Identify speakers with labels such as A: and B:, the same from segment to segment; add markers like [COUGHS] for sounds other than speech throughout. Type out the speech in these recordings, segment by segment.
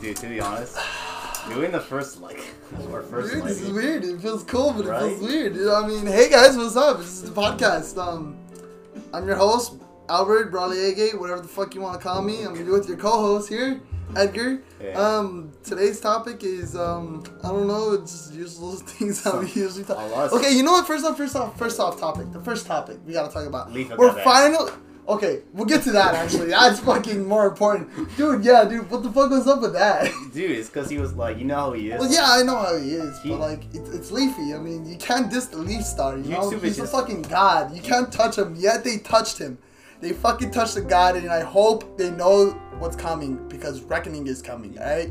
A: dude. To be honest, doing the first like [LAUGHS] or first
B: Dude, this is
A: lady-
B: weird. It feels cool, but it
A: Right?
B: feels weird. I mean, hey guys, what's up? This is the podcast. Um, I'm your host, Albert Braliege, whatever the fuck you want to call me. I'm here with your co-host here, Edgar.
A: Yeah.
B: Um, today's topic is um, I don't know, it's just usual [LAUGHS] things that we usually
A: [LAUGHS]
B: talk.
A: A lot.
B: Okay, you know what? First off, first off, first off, topic. The first topic we gotta talk about.
A: Lethal
B: We're
A: Combat.
B: finally. Okay, we'll get to that actually. That's fucking more important, dude. Yeah, dude. What the fuck was up with that? [LAUGHS]
A: Dude, it's because he was like, you know how he is.
B: Well, yeah, I know how he is,
A: He-
B: but like, it's, it's Leafy. I mean, you can't diss the Leaf Star. You know,
A: YouTube is
B: he's a
A: just-
B: fucking god. You can't touch him. Yet they touched him. They fucking touched the god, and I hope they know what's coming because reckoning is coming. All right.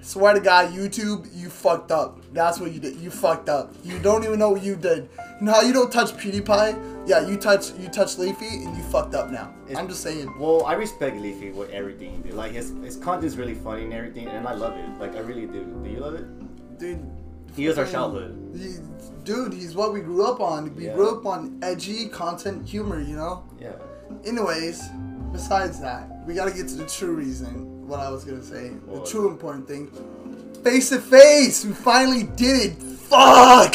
B: Swear to God, YouTube, you fucked up. That's what you did. You fucked up. You don't even know what you did. You know how you don't touch PewDiePie? Yeah, you touch you touch Leafy, and you fucked up now.
A: It's-
B: I'm just saying.
A: Well, I respect Leafy with everything he did. Like his his content's really funny and everything, and I love it. Like I really do. Do you love it?
B: Dude,
A: He is our
B: fucking-
A: childhood.
B: he- dude, he's what we grew up on. We
A: Yeah.
B: grew up on edgy content humor, you know?
A: Yeah.
B: Anyways, besides that, we gotta get to the true reason, what I was gonna say.
A: What?
B: The true important thing. Face to face! We finally did it! Fuck!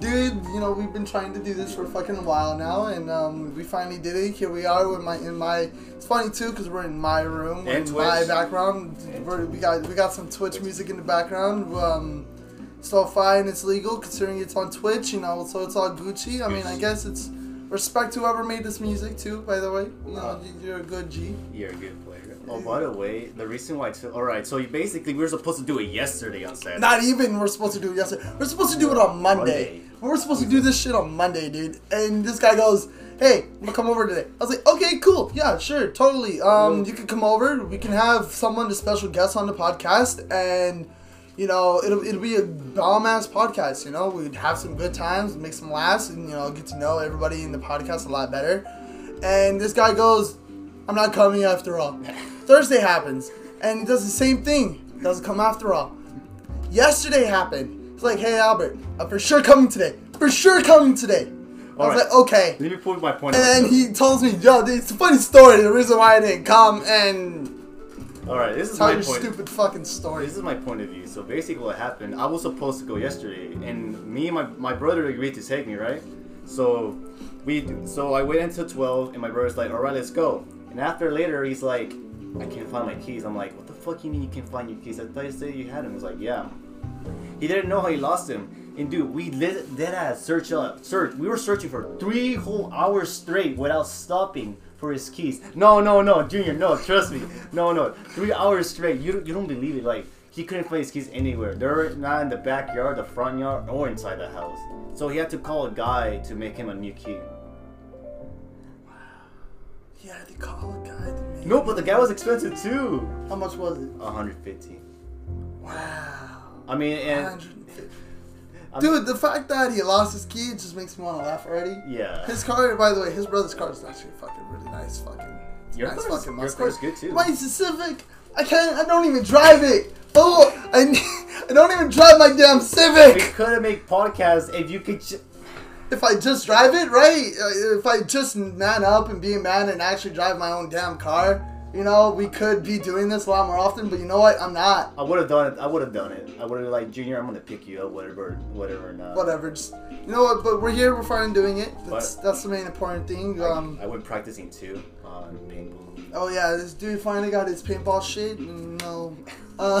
B: Dude, you know, we've been trying to do this for fucking a while now, and um, we finally did it. Here we are with my in my. It's funny too, cause we're in my room, we're
A: And
B: in my
A: Twitch.
B: background.
A: And
B: We're, we got we got some Twitch music in the background. Um, it's all fine. It's legal considering it's on Twitch, you know. So it's all Gucci. I mean, I
A: Gucci.
B: guess it's respect to whoever made this music too. By the way, you know,
A: Uh,
B: you- you're a good G.
A: You're a good player. Oh, by the way, the reason why I took. Alright, so you basically, we were supposed to do it yesterday on Saturday.
B: Not even we're supposed to do it yesterday. We're supposed to do it on Monday.
A: Monday.
B: We're supposed to do this shit on Monday, dude. And this guy goes, "Hey, I'm gonna come over today." I was like, "Okay, cool. Yeah, sure, totally. Um, you can come over. We can have someone a special guest on the podcast, and you know, it'll it'll be a bomb ass podcast. You know, we'd have some good times, make some laughs, and you know, get to know everybody in the podcast a lot better." And this guy goes, "I'm not coming after all."
A: [LAUGHS]
B: Thursday happens, and he does the same thing. Doesn't come after all yesterday happened. It's like, hey Albert, I'm for sure coming today. For sure coming today. I was
A: Alright.
B: like, okay.
A: Let me prove my point.
B: And then he tells me, yo, dude, it's a funny story. The reason why I didn't come and
A: Alright, this is
B: tell
A: my
B: your
A: point.
B: stupid fucking story.
A: This is my point of view. So basically, what happened? I was supposed to go yesterday, and me and my, my brother agreed to take me, right? So we so I waited until twelve, and my brother's like, "All right, let's go." And after later, he's like, "I can't find my keys." I'm like, "What the fuck you mean you can't find your keys? I thought you said you had them." He's like, "Yeah." He didn't know how he lost them. And dude, we lit, did a search up search. We were searching for three whole hours straight without stopping for his keys. No, no, no, Junior, no, trust me. No, no, three hours straight. You don't- you don't believe it? Like he couldn't find his keys anywhere. They're not in the backyard, the front yard, or inside the house. So he had to call a guy to make him a new key.
B: yeah, they call a guy to me.
A: No, but the guy was expensive too.
B: How much was it?
A: Uh, 150.
B: Wow.
A: I mean, and
B: 150.
A: I'm-
B: Dude, the fact that he lost his key just makes me want to laugh already.
A: yeah. [LAUGHS]
B: His car, by the way, his brother's car is actually fucking really nice. Fucking it's
A: Your
B: nice
A: car is-
B: fucking
A: your
B: Mustang.
A: car is good, too.
B: Mine's a Civic. I can't. I don't even drive it. Oh, I, [LAUGHS] I don't even drive my damn
A: we
B: Civic.
A: couldn't make podcasts if you could. Ju-
B: If I just drive it, right? Uh, If I just man up and be a man and actually drive my own damn car, you know, we could be doing this a lot more often. But you know what? I'm not.
A: I would have done it. I would have done it. I would have like, Junior, I'm gonna pick you up, whatever, whatever or not.
B: Whatever. Just you know what? But we're here. We're finally doing it. That's
A: But-
B: that's the main important thing. Um.
A: I went practicing too on paintball.
B: Oh yeah, this dude finally got his paintball shit. and, No, uh, [LAUGHS]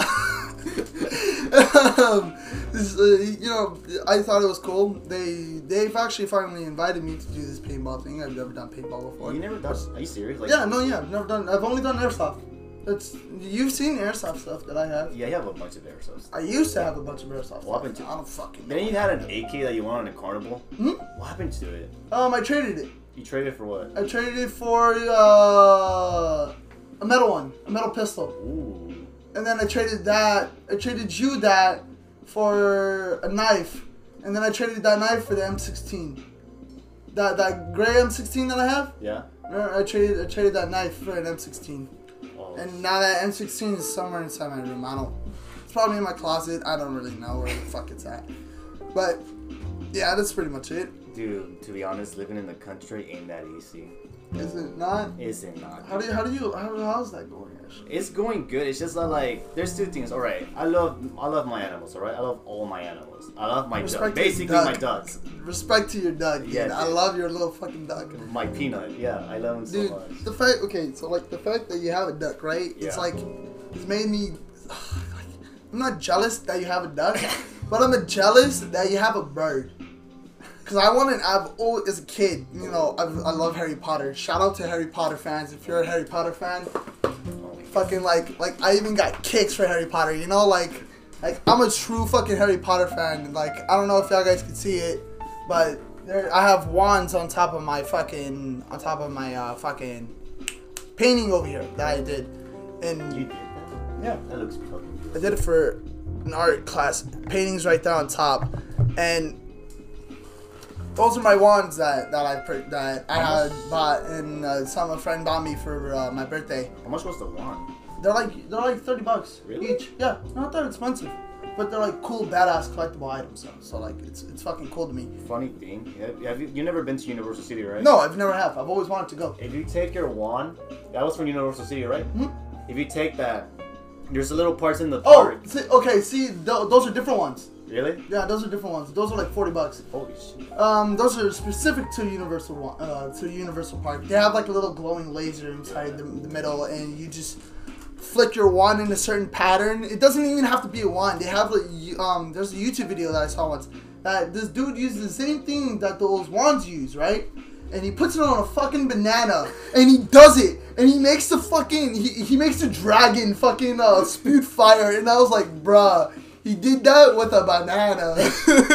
B: um, this, uh, you know, I thought it was cool. They they've actually finally invited me to do this paintball thing. I've never done paintball before.
A: You never done? Are you serious? Like,
B: yeah, no, yeah, I've never done. I've only done airsoft. That's you've seen airsoft stuff that I have.
A: Yeah, you have a bunch of airsoft.
B: I used to have a bunch of airsoft.
A: What
B: stuff.
A: happened to-
B: I don't fucking.
A: Then you had an AK that you won on a carnival.
B: Hmm?
A: What happened to it?
B: Um, I traded it.
A: You traded it for what?
B: I traded it for uh, a metal one, a metal pistol.
A: Ooh.
B: and then I traded that. I traded you that for a knife, and then I traded that knife for the M16. That that gray M16 that I have.
A: Yeah.
B: Remember, I traded I traded that knife for an M16,
A: Oh.
B: and now that M16 is somewhere inside my room. I don't. It's probably in my closet. I don't really know where the fuck it's at. But yeah, that's pretty much it.
A: Dude, to be honest, living in the country ain't that easy.
B: Is it not?
A: Is it not?
B: How do you, how do you how, how's that going actually?
A: It's going good. It's just that like there's two things. All right, I love I love my animals. All right, I love all my animals. I love my duck.
B: Respect to
A: Basically,
B: your
A: my
B: duck.
A: ducks.
B: Respect to your duck, dude.
A: Yeah,
B: I
A: dude.
B: love your little fucking duck.
A: My peanut. Yeah, I love him so
B: Dude,
A: much.
B: the fact okay, so like the fact that you have a duck, right? It's
A: Yeah.
B: like it's made me [SIGHS] I'm not jealous that you have a
A: [LAUGHS]
B: duck, but I'm jealous that you have a bird. Cause I wanted, I've always, as a kid, you know, I've, I love Harry Potter. Shout out to Harry Potter fans. If you're a Harry Potter fan,
A: Oh,
B: fucking like, like I even got kicks for Harry Potter. You know, like, like I'm a true fucking Harry Potter fan. Like I don't know if y'all guys can see it, but there, I have wands on top of my fucking, on top of my uh, fucking painting over here that I did, and
A: You did that? Yeah, that looks fucking good.
B: I did it for an art class. Paintings right there on top, and those are my wands that that I pur- that I had bought and uh, some a friend bought me for uh, my birthday.
A: How much was the wand?
B: They're like they're like thirty bucks
A: Really?
B: each. Yeah, not that expensive, but they're like cool badass collectible items. So, so like it's it's fucking cool to me.
A: Funny thing, have, have you you never been to Universal City, right?
B: No, I've never have. I've always wanted to go.
A: If you take your wand, that was from Universal City, right? If you take that, there's little parts in the
B: Hmm? Oh,
A: park.
B: see, okay. See, tho- those are different ones.
A: Really?
B: Yeah, those are different ones. Those are like forty bucks.
A: Holy shit!
B: [LAUGHS] Um, those are specific to Universal Wa- uh, to Universal Park. They have like a little glowing laser inside the, the middle, and you just flick your wand in a certain pattern. It doesn't even have to be a wand. They have like you- um, there's a YouTube video that I saw once that this dude uses the same thing that those wands use, right? And he puts it on a fucking banana, and he does it, and he makes the fucking he, he makes the dragon fucking uh, spew fire, and I was like, bruh, he did that with a banana. [LAUGHS]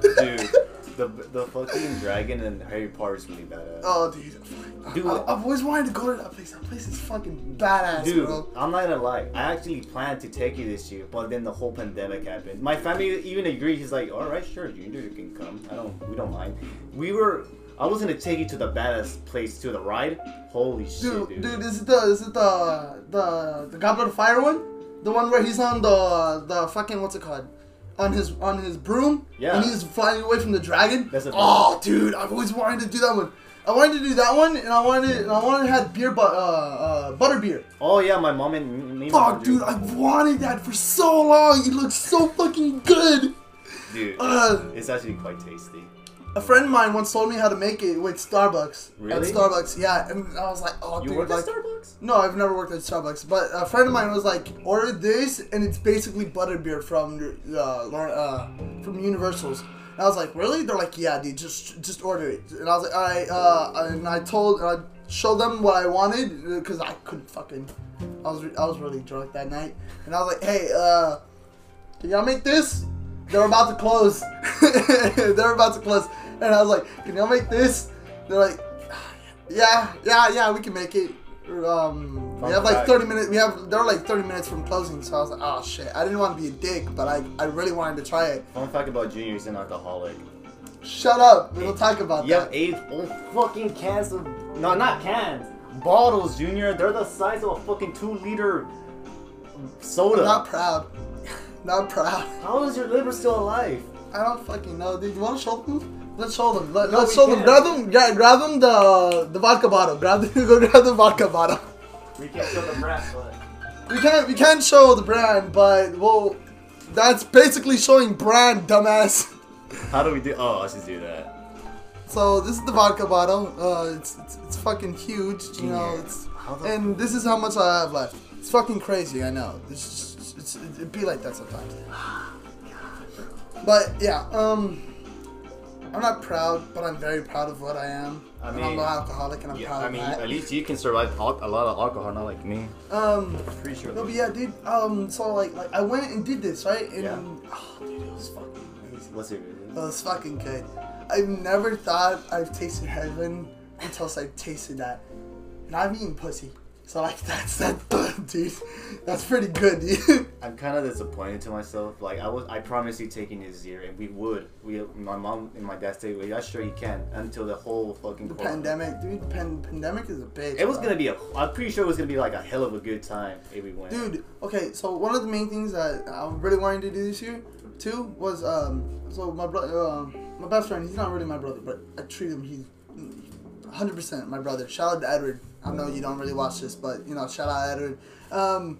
A: Dude, the the fucking dragon and Harry Potter is really badass.
B: Oh, dude.
A: Dude.
B: I, I've always wanted to go to that place. That place is fucking badass,
A: Dude,
B: bro.
A: I'm not gonna lie. I actually planned to take you this year, but then the whole pandemic happened. My family even agreed. He's like, "All right, sure, Junior, you can come. I don't, we don't mind." We were. I was gonna take you to the baddest place to the ride. Holy
B: Dude,
A: shit, dude!
B: dude, is it the is it the the the Goblet of Fire one? The one where he's on the the fucking what's it called? On his on his broom.
A: Yeah.
B: And he's flying away from the dragon.
A: That's a-
B: oh, dude, I've always wanted to do that one. I wanted to do that one, and I wanted and I wanted to have beer, but uh, uh, butter beer.
A: Oh yeah, my mom and me.
B: Fuck, dude, I've wanted that for so long. It looks so fucking good.
A: Dude,
B: Ugh.
A: it's actually quite tasty.
B: A friend of mine once told me how to make it with Starbucks. At
A: Really?
B: Starbucks, yeah. And I was like, oh,
A: You
B: dude,
A: work at
B: like,
A: Starbucks?
B: no, I've never worked at Starbucks. But a friend of mine was like, order this, and it's basically butterbeer from uh, Lor- uh, from Universal's. And I was like, really? They're like, yeah, dude, just just order it. And I was like, all right. Uh, and I told, I showed them what I wanted because I couldn't fucking. I was re- I was really drunk that night, and I was like, hey, uh, can y'all make this? They're about to close. [LAUGHS] They're about to close. And I was like, can y'all make this? They're like, "Ah, yeah, yeah, yeah, we can make it. Um, we have like 30 minutes. We have they're like 30 minutes from closing. So I was like, oh shit, I didn't want to be a dick, but I, I really wanted to try it.
A: Fun fact about Junior, he's an alcoholic.
B: Shut up. We'll talk about
A: You have
B: that.
A: eight whole fucking cans of no, not cans, bottles, Junior. They're the size of a fucking two-liter soda.
B: Not proud. [LAUGHS] Not proud.
A: How is your liver still alive?
B: I don't fucking know, dude. You want to show them? Let's show them. Let,
A: No,
B: let's
A: we
B: show
A: can't.
B: them. Grab them. Grab, grab them the the vodka bottle. Grab the, [LAUGHS] go grab the vodka bottle.
A: We can't show the brass, but
B: We can't we can't show the brand, but well, that's basically showing brand, dumbass. [LAUGHS]
A: how do we do? Oh, I should do that.
B: So this is the vodka bottle. Uh, it's, it's it's fucking huge, you know.
A: Yeah.
B: It's
A: How the-
B: and this is how much I have left. It's fucking crazy. I know. It's just, it's it'd be like
A: [SIGHS]
B: that sometimes. But yeah, um, I'm not proud, but I'm very proud of what I am.
A: I
B: and I'm
A: mean-
B: an alcoholic, and I'm
A: Yeah,
B: proud
A: I
B: of
A: mean,
B: that.
A: at least you can survive al- a lot of alcohol, not like me.
B: um.
A: Pretty sure.
B: No, but yeah, dude. Um, so like, like I went and did this, right? And
A: Yeah.
B: oh, dude, it was fucking amazing.
A: What's it?
B: It was fucking good. I've never thought I've tasted heaven until I tasted that, and I'm eating pussy. So like, [LAUGHS] that's that, [LAUGHS] dude. That's pretty good, dude. [LAUGHS]
A: I'm kind of disappointed to myself. Like I was, I promised you taking his year, and we would. We, my mom and my dad said, "Well, yeah, sure you can." Until the whole fucking
B: The
A: corona-
B: pandemic, dude. Pan- pandemic is a bitch.
A: It was
B: bro.
A: gonna be a. I'm pretty sure it was gonna be like a hell of a good time if we went.
B: Dude, okay, so one of the main things that I really wanted to do this year, too, was um, so my brother, um, my best friend. He's not really my brother, but I treat him. He's 100% my brother. Shout out to Edward. I know you don't really watch this, but you know, shout out Edward. Um,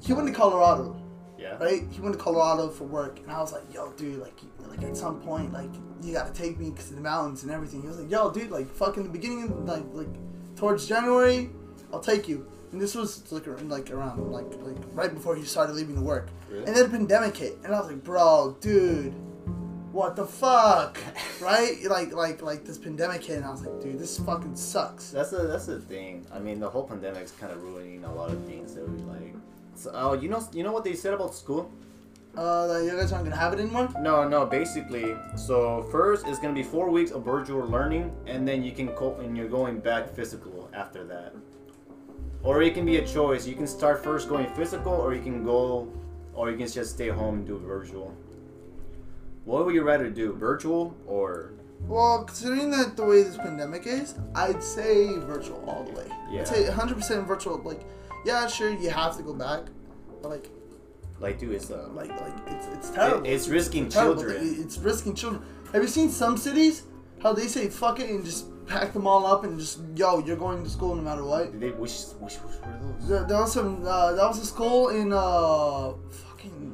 B: he went to Colorado,
A: Yeah.
B: right? He went to Colorado for work, and I was like, "Yo, dude, like, you- like at some point, like, you gotta take me 'cause of the mountains and everything." He was like, "Yo, dude, like, fucking the beginning, of, like, like, towards January, I'll take you." And this was like, ar- like around, like, like right before he started leaving to work,
A: Really?
B: and then the pandemic hit, and I was like, "Bro, dude." What the fuck, right? Like, like, like this pandemic hit, and I was like, dude, this fucking sucks.
A: That's the that's the thing. I mean, the whole pandemic's kind of ruining a lot of things that we like. So, oh, you know, you know what they said about school?
B: Uh, that you guys aren't gonna have it anymore.
A: No, no. Basically, so first it's gonna be four weeks of virtual learning, and then you can cope, and you're going back physical after that. Or it can be a choice. You can start first going physical, or you can go, or you can just stay home and do virtual. What would you rather do, virtual or?
B: Well, considering that the way this pandemic is, I'd say virtual all the way.
A: Yeah.
B: I'd say 100% virtual. Like, yeah, sure, you have to go back, but like,
A: Like, dude, it's uh,
B: like, like, it's it's
A: it,
B: terrible.
A: it's risking
B: terrible.
A: children.
B: It- It's risking children. Have you seen some cities how they say fuck it and just pack them all up and just yo, you're going to school no matter what.
A: Did they wish, wish, wish were those?
B: There, there was some. Uh, that was a school in uh, fucking.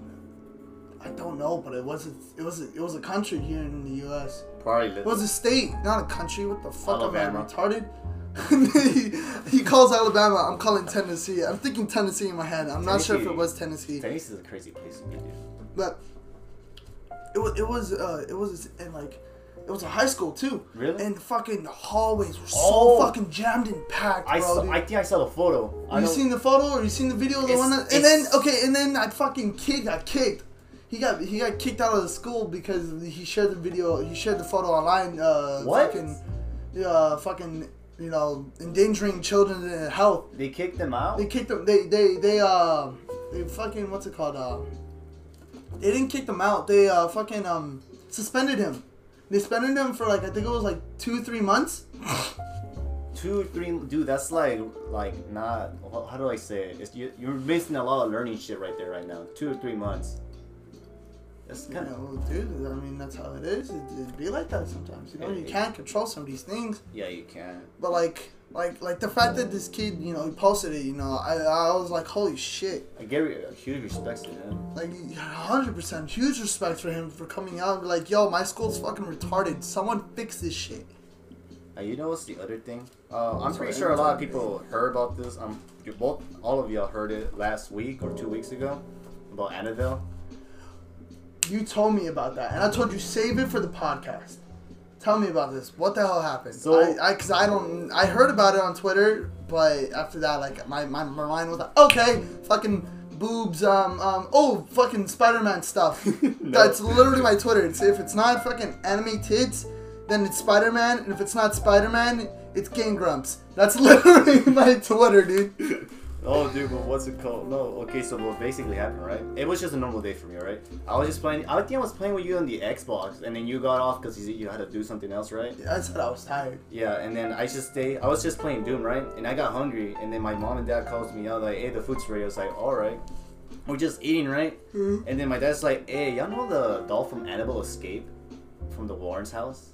B: I don't know, but it was a, it was a, it was a country here in the U.S.
A: Probably. li-
B: It was a state, not a country. What the fuck
A: Alabama.
B: am I retarded? [LAUGHS] he, he calls Alabama. I'm calling Tennessee. I'm thinking Tennessee in my head. I'm not sure if it
A: Tennessee.
B: was Tennessee,
A: Tennis is a crazy place to be, dude.
B: but it was it was uh, it was and like it was a high school too.
A: Really?
B: And the fucking hallways were so
A: Oh.
B: fucking jammed and packed, bro.
A: I saw,
B: dude.
A: I think I saw the photo. I
B: you
A: don't-
B: seen the photo or you seen the video of the
A: It's-
B: one? That, and then
A: it's-
B: okay, and then I fucking kid got kicked. He got he got kicked out of the school because he shared the video. He shared the photo online. Uh,
A: What?
B: Fucking, uh, fucking, you know, endangering children and health.
A: they kicked them out.
B: They kicked them. They they they uh they fucking what's it called? Uh, they didn't kick them out. They uh fucking um suspended him. They suspended him for like I think it was like two three months.
A: Two, three, dude. That's like, like not. wh- How do I say it? It's, you, you're missing a lot of learning shit right there, right now. Two or three months. That's
B: You
A: kind of.
B: know, dude, I mean, that's how it is. It, it be like that sometimes. You know, you can't control some of these things.
A: Yeah, you can.
B: But like, like, like the fact that this kid, you know, he posted it. You know, I, I was like, holy shit!
A: I give you a huge respect to him.
B: Like, hundred percent, huge respect for him for coming out. And be like, yo, my school's fucking retarded. Someone fix this shit.
A: Uh, you know what's the other thing? Uh, I'm pretty
B: Sorry.
A: sure a lot of people heard about this. Um, you both, all of y'all heard it last week or two weeks ago about Annabelle.
B: You told me about that, and I told you save it for the podcast. Tell me about this. What the hell happened?
A: So-
B: I, I, cause I don't, I heard about it on Twitter, but after that, like my, my, my mind was like, okay, fucking boobs, um, um, oh, fucking Spider-Man stuff. That's literally my Twitter. It's if it's not fucking anime tits, then it's Spider-Man, and if it's not Spider-Man, it's Game Grumps. That's [LAUGHS] literally my Twitter, dude.
A: Oh, dude, but what's it called? No, okay, so what basically happened, right? It was just a normal day for me, right? I was just playing. I think I was playing with you on the Xbox, and then you got off because you, you had to do something else, right?
B: I said I was tired.
A: Yeah, and then I just stay. I was just playing Doom, right? And I got hungry, and then my mom and dad calls me out like, "Hey, the food's ready." I was like, "All right." We're just eating, right? And then my dad's like, "Hey, y'all know the doll from Annabelle Escape from the Warrens' house?"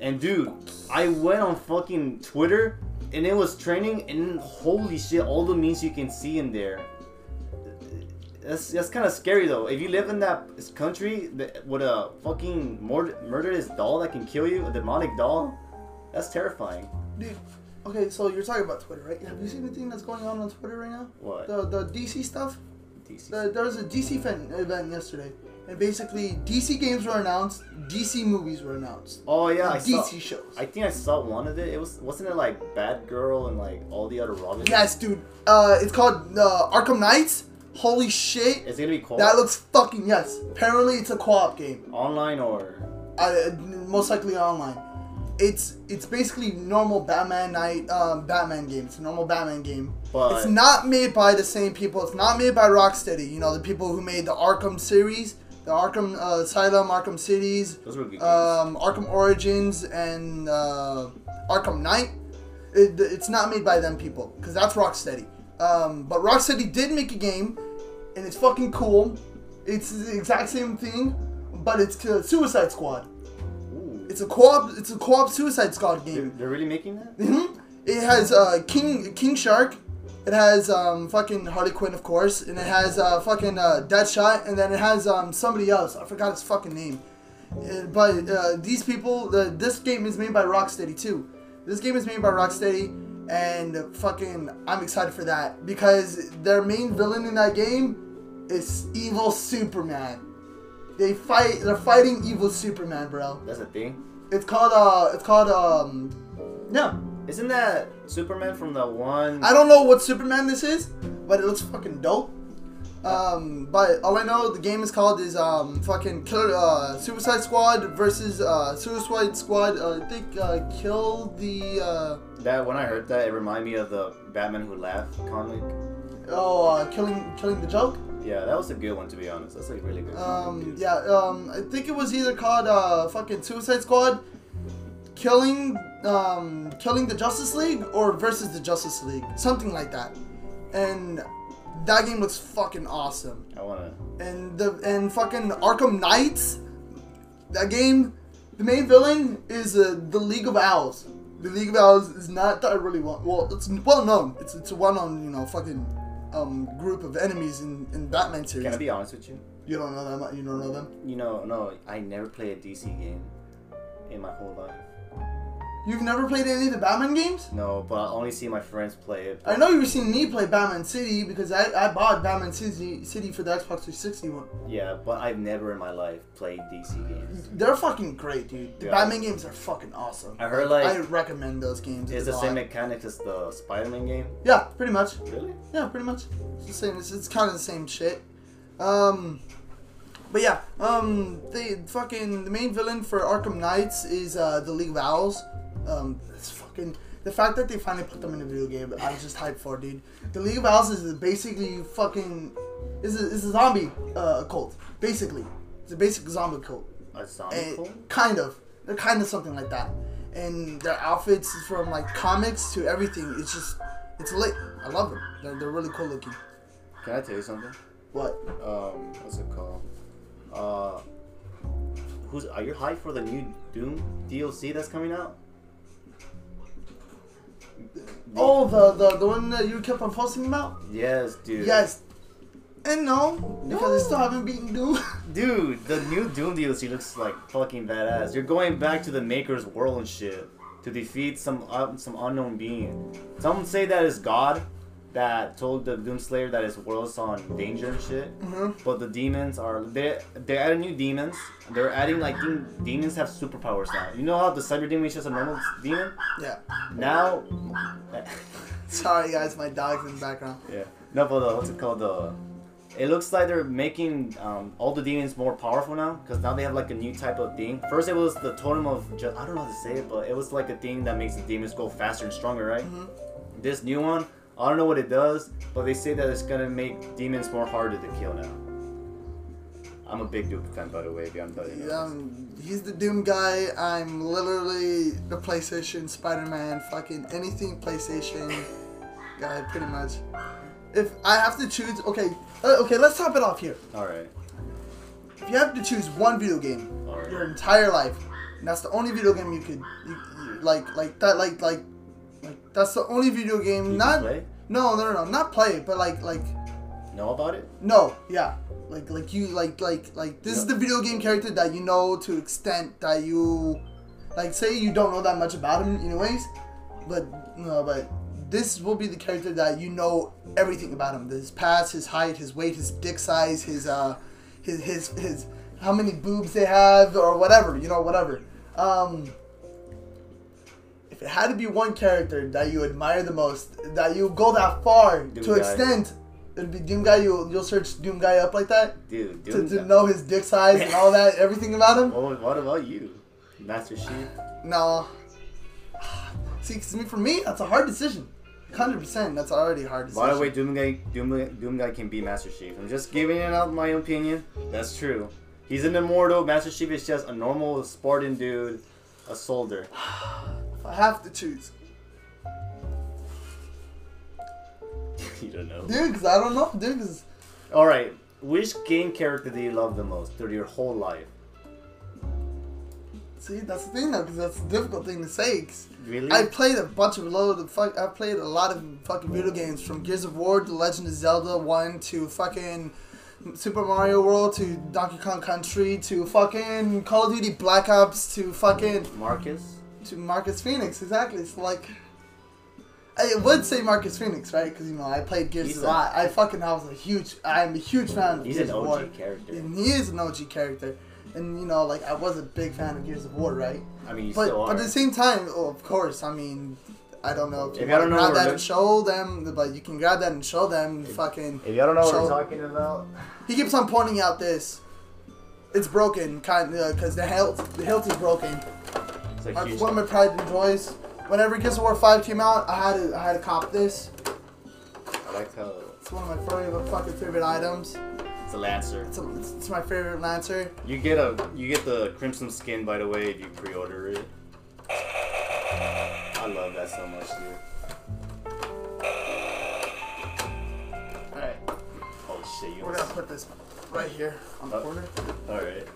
A: And dude, I went on fucking Twitter, and it was trending, and holy shit, all the memes you can see in there. That's, that's kind of scary though. If you live in that country that, with a fucking mur- murderous doll that can kill you, a demonic doll, that's terrifying.
B: Dude, okay, so you're talking about Twitter, right? Have you seen the thing that's going on on Twitter right now?
A: What?
B: The the DC stuff.
A: DC.
B: The, there was a DC fan event yesterday, and basically DC games were announced, DC movies were announced,
A: oh yeah, I saw.
B: DC shows.
A: I think I saw one of it. It was wasn't it like Batgirl and like all the other Robins?
B: yes, dude. Uh, it's called uh, Arkham Knights. Holy shit!
A: It's gonna be called
B: that looks fucking yes. Apparently, it's a co-op game.
A: online or
B: I, uh, most likely online. It's it's basically normal Batman Night um, Batman game. It's a normal Batman game.
A: But-
B: it's not made by the same people. It's not made by Rocksteady. You know the people who made the Arkham series, the Arkham uh, Asylum, Arkham Cities,
A: those were good games.
B: um, Arkham Origins, and uh, Arkham Knight. It, it's not made by them people because that's Rocksteady. Um, but Rocksteady did make a game, and it's fucking cool. It's the exact same thing, but it's uh, Suicide Squad.
A: Ooh.
B: It's a co-op. It's a co-op Suicide Squad
A: They're,
B: game.
A: they're really making that?
B: hmm It has uh, King King Shark. It has um, fucking Harley Quinn, of course, and it has uh, fucking uh, Deadshot, and then it has um, somebody else. I forgot his fucking name. Uh, but uh, these people, the, this game is made by Rocksteady too. This game is made by Rocksteady, and fucking, I'm excited for that because their main villain in that game is evil Superman. They fight. They're fighting evil Superman, bro.
A: That's a thing.
B: It's called. Uh, it's called. Um, yeah.
A: Isn't that Superman from the one?
B: I don't know what Superman this is, but it looks fucking dope. Um, but all I know the game is called is um fucking Killer uh, Suicide Squad versus uh, Suicide Squad. Uh, I think uh, kill the uh,
A: That when I heard that, it reminded me of the Batman Who Laughed comic.
B: oh uh, killing killing the joke.
A: Yeah, that was a good one to be honest. That's a really good.
B: Um, yeah. Um, I think it was either called uh fucking Suicide Squad, killing um killing the Justice League or versus the Justice League, something like that. And that game looks fucking awesome.
A: I wanna.
B: and the and fucking Arkham Knights. That game, the main villain is uh, the League of Owls. The League of Owls is not that really well. Well, it's well known. It's it's a well known you know fucking um group of enemies in in Batman
A: Can I
B: series.
A: be honest with you?
B: You don't know them. You don't know them.
A: You know, no, I never played a DC game in my whole life.
B: You've never played any of the Batman games.
A: No, but I only see my friends play it.
B: I know you've seen me play Batman City because I, I bought Batman City City for the Xbox 360 one.
A: Yeah, but I've never in my life played DC games.
B: They're fucking great, dude. The
A: Yeah.
B: Batman games are fucking awesome.
A: I heard, like,
B: I recommend those games.
A: It's
B: a
A: the same
B: lot.
A: mechanics as the Spider-Man game.
B: Yeah, pretty much.
A: Really?
B: Yeah, pretty much. It's the same. It's, it's kind of the same shit. Um, but yeah, um, the fucking the main villain for Arkham Knights is uh, the League of Owls. Um, it's fucking the fact that they finally put them in a video game. I'm just hyped for, dude. The League of Owls is basically fucking is a, is a zombie uh, cult. Basically, it's a basic zombie cult.
A: A
B: Eh,
A: Sonic clone?
B: kind of. They're kind of something like that. And their outfits is from like comics to everything. It's just, it's lit. I love them. They're, they're really cool looking.
A: Can I tell you something?
B: What?
A: Um, what's it called? Uh, who's are you hyped for the new Doom DLC that's coming out?
B: Oh, the, the the one that you kept on posting about?
A: Yes, dude.
B: Yes. And no, because
A: No.
B: I still haven't beaten Doom. [LAUGHS]
A: Dude, the new Doom DLC looks like fucking badass. You're going back to the Maker's world and shit to defeat some uh, some unknown being. Some say that is God that told the Doom Slayer that his world's on danger and shit. But the demons are they they're adding new demons. They're adding like dem- demons have superpowers now. You know how the cyber demon is just a normal demon?
B: yeah.
A: Now [LAUGHS]
B: Sorry guys, my dog's in the background.
A: Yeah. No, but uh, what's it called? Uh, it looks like they're making um, all the demons more powerful now because now they have like a new type of thing. First, it was the totem of just, I don't know how to say it, but it was like a thing that makes the demons go faster and stronger, right?
B: Mm-hmm.
A: This new one, I don't know what it does, but they say that it's gonna make demons more harder to kill now. I'm a big Duke fan, by the way. If you haven't done it.
B: Um, he's the Doom guy. I'm literally the PlayStation, Spider-Man, fucking anything PlayStation guy, pretty much. If I have to choose, okay, uh, okay, let's top it off here.
A: All right.
B: If you have to choose one video game
A: All right.
B: your entire life, and that's the only video game you could, you, you, like, like that, like, like, like that's the only video game.
A: You
B: not
A: play?
B: no, no, no, no, not play, but like, like.
A: Know about it?
B: No, yeah. Like like you like like like this is the video game character that you know to extent that you like say you don't know that much about him anyways, but no, but this will be the character that you know everything about him. His past, his height, his weight, his dick size, his uh his his his how many boobs they have or whatever, you know, whatever. Um if it had to be one character that you admire the most, that you go that far to
A: Guy.
B: extent, it'd be Doom Guy. You you'll search Doom Guy up like that
A: Dude,
B: to,
A: Doom.
B: to know his dick size and all that, everything about him.
A: What, what about you, Master Chief?
B: No. [SIGHS] See, 'cause me for me, that's a hard decision. Hundred percent, that's already a hard decision.
A: By the way, Doom Guy, Doom, Doom Guy can be Master Chief. I'm just giving it out my opinion. That's true. He's an immortal. Master Chief is just a normal Spartan dude, a soldier.
B: if I have to choose,
A: [LAUGHS] you don't know. [LAUGHS]
B: dude, because I don't know, dude. 'cause-
A: All right. Which game character do you love the most through your whole life?
B: See, that's the thing though, because that's a difficult thing to say. 'cause
A: Really?
B: I played a bunch of load of fuck. I played a lot of fucking video games, from Gears of War to Legend of Zelda One to fucking Super Mario World to Donkey Kong Country to fucking Call of Duty Black Ops to fucking
A: Marcus?
B: to Marcus Phoenix. Exactly. It's like I would say Marcus Phoenix, right? Because you know I played Gears
A: He's
B: a
A: a-
B: lot. I fucking I was a huge. I'm a huge fan of
A: He's
B: Gears
A: an
B: of
A: OG
B: War.
A: character.
B: And he is an OG character. And you know, like I was a big fan of Gears of War, right?
A: I mean, you
B: But
A: still
B: but
A: are.
B: at the same time, oh, of course, I mean, I don't know if you
A: If
B: want
A: I don't know
B: to grab
A: what
B: that
A: we're
B: and show them, but you can grab that and show them. Fucking,
A: if y'all don't know what
B: So-
A: we're talking about,
B: he keeps on pointing out this. It's broken, kind of, because the hilt the hilt is broken.
A: it's a
B: That's
A: huge.
B: one of my pride and joys. Whenever Gears of War Five came out, I had to I had to cop this.
A: I like how
B: It's one of my favorite fucking favorite items.
A: it's a lancer.
B: It's, a, it's, it's my favorite lancer.
A: You get a you get the crimson skin by the way if you pre-order it. I love that so much, dude.
B: All right,
A: Oh shit, you.
B: we're gonna put this right here on the
A: Uh,
B: corner.
A: All right.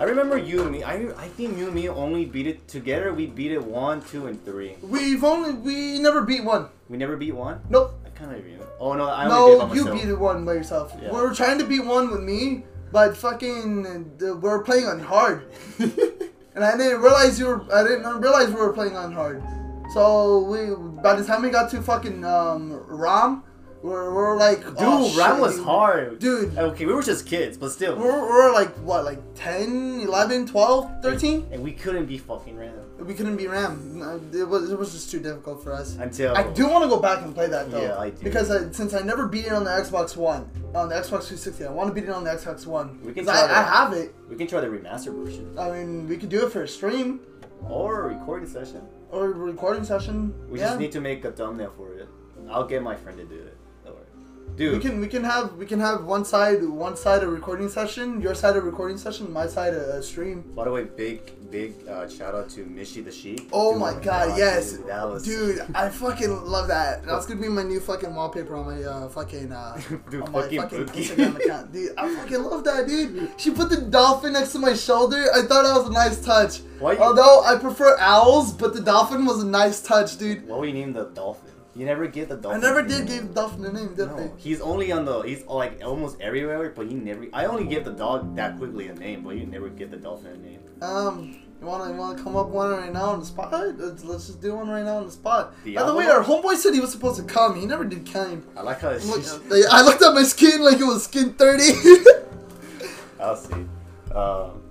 A: I remember you and me. I I think you and me only beat it together. We beat it one, two, and three.
B: We've only we never beat one.
A: We never beat one.
B: Nope.
A: I kind of remember. Oh no, I only did it
B: No,
A: by
B: you
A: myself.
B: beat it one by yourself.
A: Yeah.
B: We were trying to beat one with me, but fucking uh, we were playing on hard,
A: [LAUGHS]
B: and I didn't realize you were. I didn't realize we were playing on hard. So we, by the time we got to fucking um, Ram, we we're, we we're like, oh,
A: Dude, Ram was hard.
B: Dude.
A: Okay, we were just kids, but still.
B: We We're, we we're like what, like 10, 11, 12, 13?
A: and we couldn't be fucking Ram
B: We couldn't beat Ram. Uh, It was, it was just too difficult for us.
A: until.
B: I do want to go back and play that though.
A: Yeah, I do.
B: Because I, since I never beat it on the Xbox One, on the Xbox 360, I want to beat it on the Xbox One.
A: We can
B: 'Cause
A: try
B: I, I
A: that.
B: have it.
A: We can try the remaster version
B: I mean, we could do it for a stream
A: or a recording session.
B: or a recording session.
A: We
B: yeah.
A: just need to make a thumbnail for it. I'll get my friend to do it. Don't worry. Dude,
B: We can we can have we can have one side one side a recording session, your side a recording session, my side a, a stream.
A: by the way, big, big uh, shout out to Mishi the Sheep.
B: Oh
A: Dude,
B: my god, yes,
A: Dude, that was.
B: Dude, I fucking love that. That's gonna be my new fucking wallpaper on my uh, fucking uh,
A: [LAUGHS] Dude,
B: on my
A: fucking
B: fucking,
A: bookie. [LAUGHS]
B: Instagram account, dude. I fucking love that, dude. She put the dolphin next to my shoulder. I thought that was a nice touch.
A: Why you-
B: Although I prefer owls, but the dolphin was a nice touch, dude.
A: What we name the dolphin? You never get the
B: I
A: dolphin.
B: never did give dolphin a name, did
A: Oh No, he's only on the. He's like almost everywhere, but you never. I only give the dog that quickly a name, but you never get the dolphin a name.
B: I? Um, you wanna you wanna come up one right now on the spot? Let's, let's just do one right now on the spot.
A: The
B: By the way, our
A: other
B: homeboy said he was supposed to come. He never did
A: [LAUGHS]
B: come.
A: I like how it's.
B: Look, I looked at my skin like it was skin thirty. [LAUGHS]
A: I'll see. Um,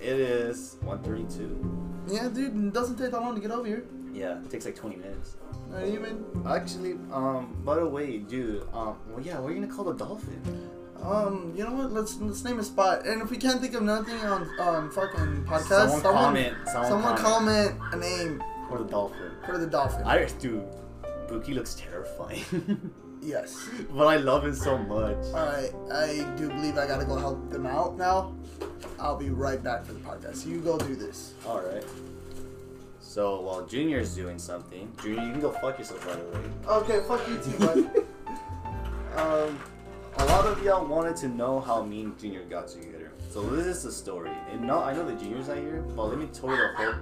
A: it is 132.
B: yeah, dude, it doesn't take that long to get over here.
A: Yeah, it takes like 20 minutes.
B: Not even.
A: Actually, um, by the way, dude, um, well, yeah, what are you gonna call the dolphin?
B: Um, you know what? Let's let's name a spot. And if we can't think of nothing on on fucking podcast,
A: Someone comment, someone
B: comment. a name
A: Or the dolphin?
B: for the dolphin.
A: I just, dude, Buki looks terrifying, [LAUGHS]
B: yes.
A: but I love him so much.
B: All right. I do believe I gotta go help them out now. I'll be right back for the podcast. You go do this.
A: All right. So while Junior's doing something, Junior, you can go fuck yourself right away.
B: Okay. Fuck you too, [LAUGHS] bud.
A: Um, a lot of y'all wanted to know how me and Junior got together. So this is the story. And no, I know the Junior's not here, but let me tell you the whole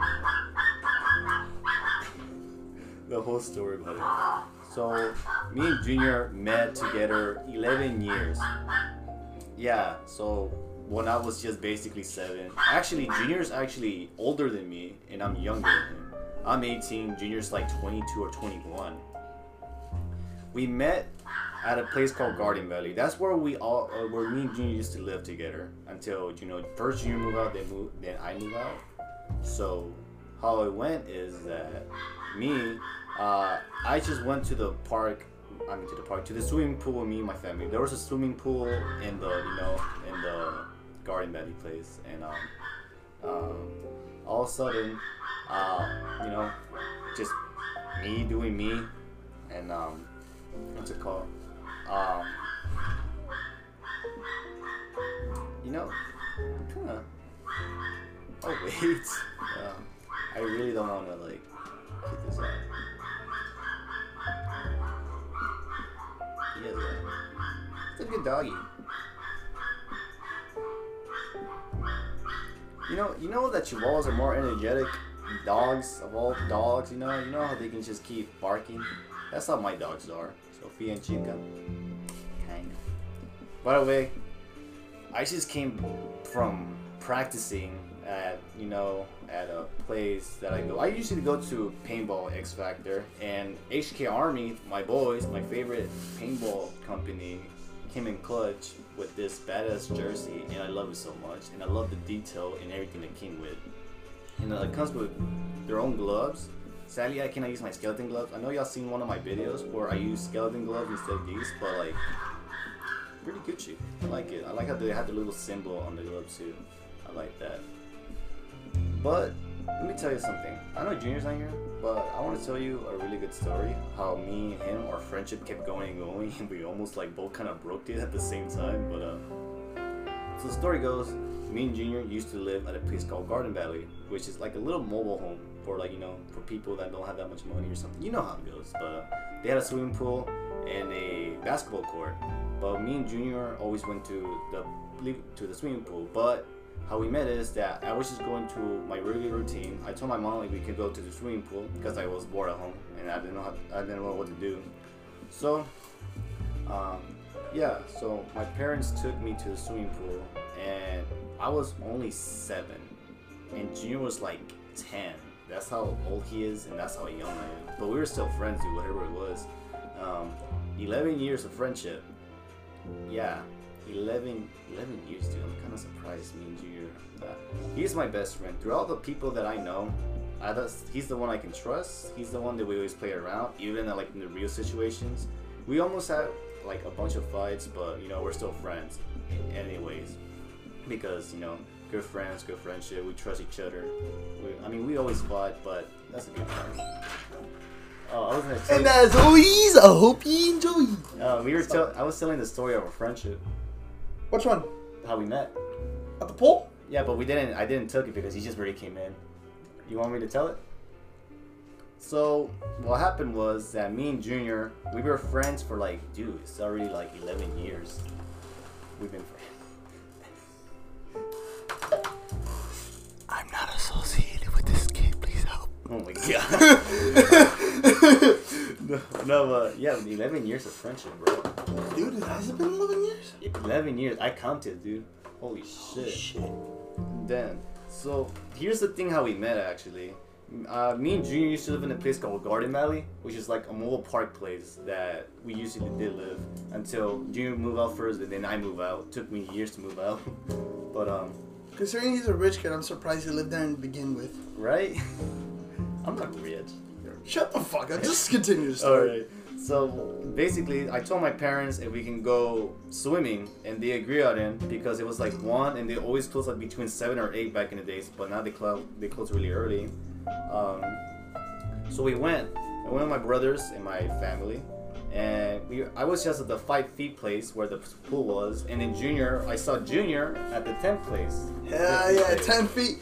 A: the whole story about it. So me and Junior met together 11 years. Yeah. So when I was just basically seven, actually Junior's actually older than me, and I'm younger than him. I'm 18. Junior's like 22 or 21 we met at a place called Garden Valley. That's where we all, uh, where me and Junior used to live together until you know, first Junior moved out, then move, then I moved out. So how it went is that me, uh, I just went to the park. I mean, to the park, to the swimming pool with me and my family. There was a swimming pool in the, you know, in the Garden Valley place, and um, um, all of a sudden, uh, you know, just me doing me, and um, what's it called? Um, you know, kind of. Oh [LAUGHS] wait, um, I really don't want to like get this out. Yeah, yeah. It's a good doggy. You know, you know that chihuahuas are more energetic dogs of all dogs. You know, you know how they can just keep barking. That's how my dogs are. Sophia and Chica, kind of. By the way, I just came from practicing at you know at a place that I go. I usually go to Paintball X Factor and HK Army. My boys, my favorite paintball company, came in clutch with this badass jersey, and I love it so much. And I love the detail and everything that came with. And uh, it comes with their own gloves. Sadly, I cannot use my skeleton gloves. I know y'all seen one of my videos where I use skeleton gloves instead of these, but like, pretty Gucci. I like it. I like how they have the little symbol on the gloves too. I like that. But let me tell you something. I know Junior's not here, but I want to tell you a really good story. How me and him, our friendship kept going and going, [LAUGHS] and we almost like both kind of broke it at the same time. But uh, so the story goes, me and Junior used to live at a place called Garden Valley, which is like a little mobile home for like you know for people that don't have that much money or something. You know how it goes. But uh, they had a swimming pool and a basketball court. But me and Junior always went to the to the swimming pool, but how we met is that I was just going to my regular routine. I told my mom like we could go to the swimming pool because I was bored at home and I didn't know how, I didn't know what to do. So, um, yeah. So my parents took me to the swimming pool and I was only seven, and Junior was like ten. That's how old he is and that's how young I am. But we were still friends, dude. Whatever it was, um, eleven years of friendship. Yeah, 11, 11 years, dude. I'm kind of surprised, me and Junior. Uh, he's my best friend. Through all the people that I know, I just, he's the one I can trust. He's the one that we always play around, even uh, like in the real situations. We almost had like a bunch of fights, but you know we're still friends, anyways, because you know good friends, good friendship. We trust each other. We, I mean, we always fought, but that's a good part. Oh, I was gonna tell
B: And
A: you-
B: as always, I hope you enjoy.
A: uh, we were tell- I was telling the story of our friendship,
B: Which one?
A: how we met.
B: At the pool?
A: Yeah, but we didn't. I didn't took it because he just really came in. You want me to tell it? So what happened was that me and Junior, we were friends for like, dude, it's already like 11 years. We've been friends. [LAUGHS]
B: I'm not associated with this kid. Please help.
A: Oh my god. [LAUGHS] no, no, uh, yeah, 11 years of friendship, bro.
B: Dude, has it been 11 years?
A: 11 years. I counted, dude. Holy shit.
B: Shit.
A: Then, so here's the thing how we met actually. Uh, me and Junior used to live in a place called Garden Valley, which is like a mobile park place that we usually did live until Junior moved out first and then I moved out. Took me years to move out. [LAUGHS] but, um,
B: Considering he's a rich kid, I'm surprised he lived there to begin with.
A: right? [LAUGHS] I'm not rich.
B: Shut the fuck up. Just continue the
A: All
B: story.
A: right. So basically, I told my parents if we can go swimming, and they agreed on it because it was like one, and they always closed like between seven or eight back in the days. But now they close they close really early. Um, so we went. I went with my brothers and my family, and we. I was just at the five feet place where the pool was, and then Junior, I saw Junior at the tenth place.
B: Yeah, yeah, 10 feet.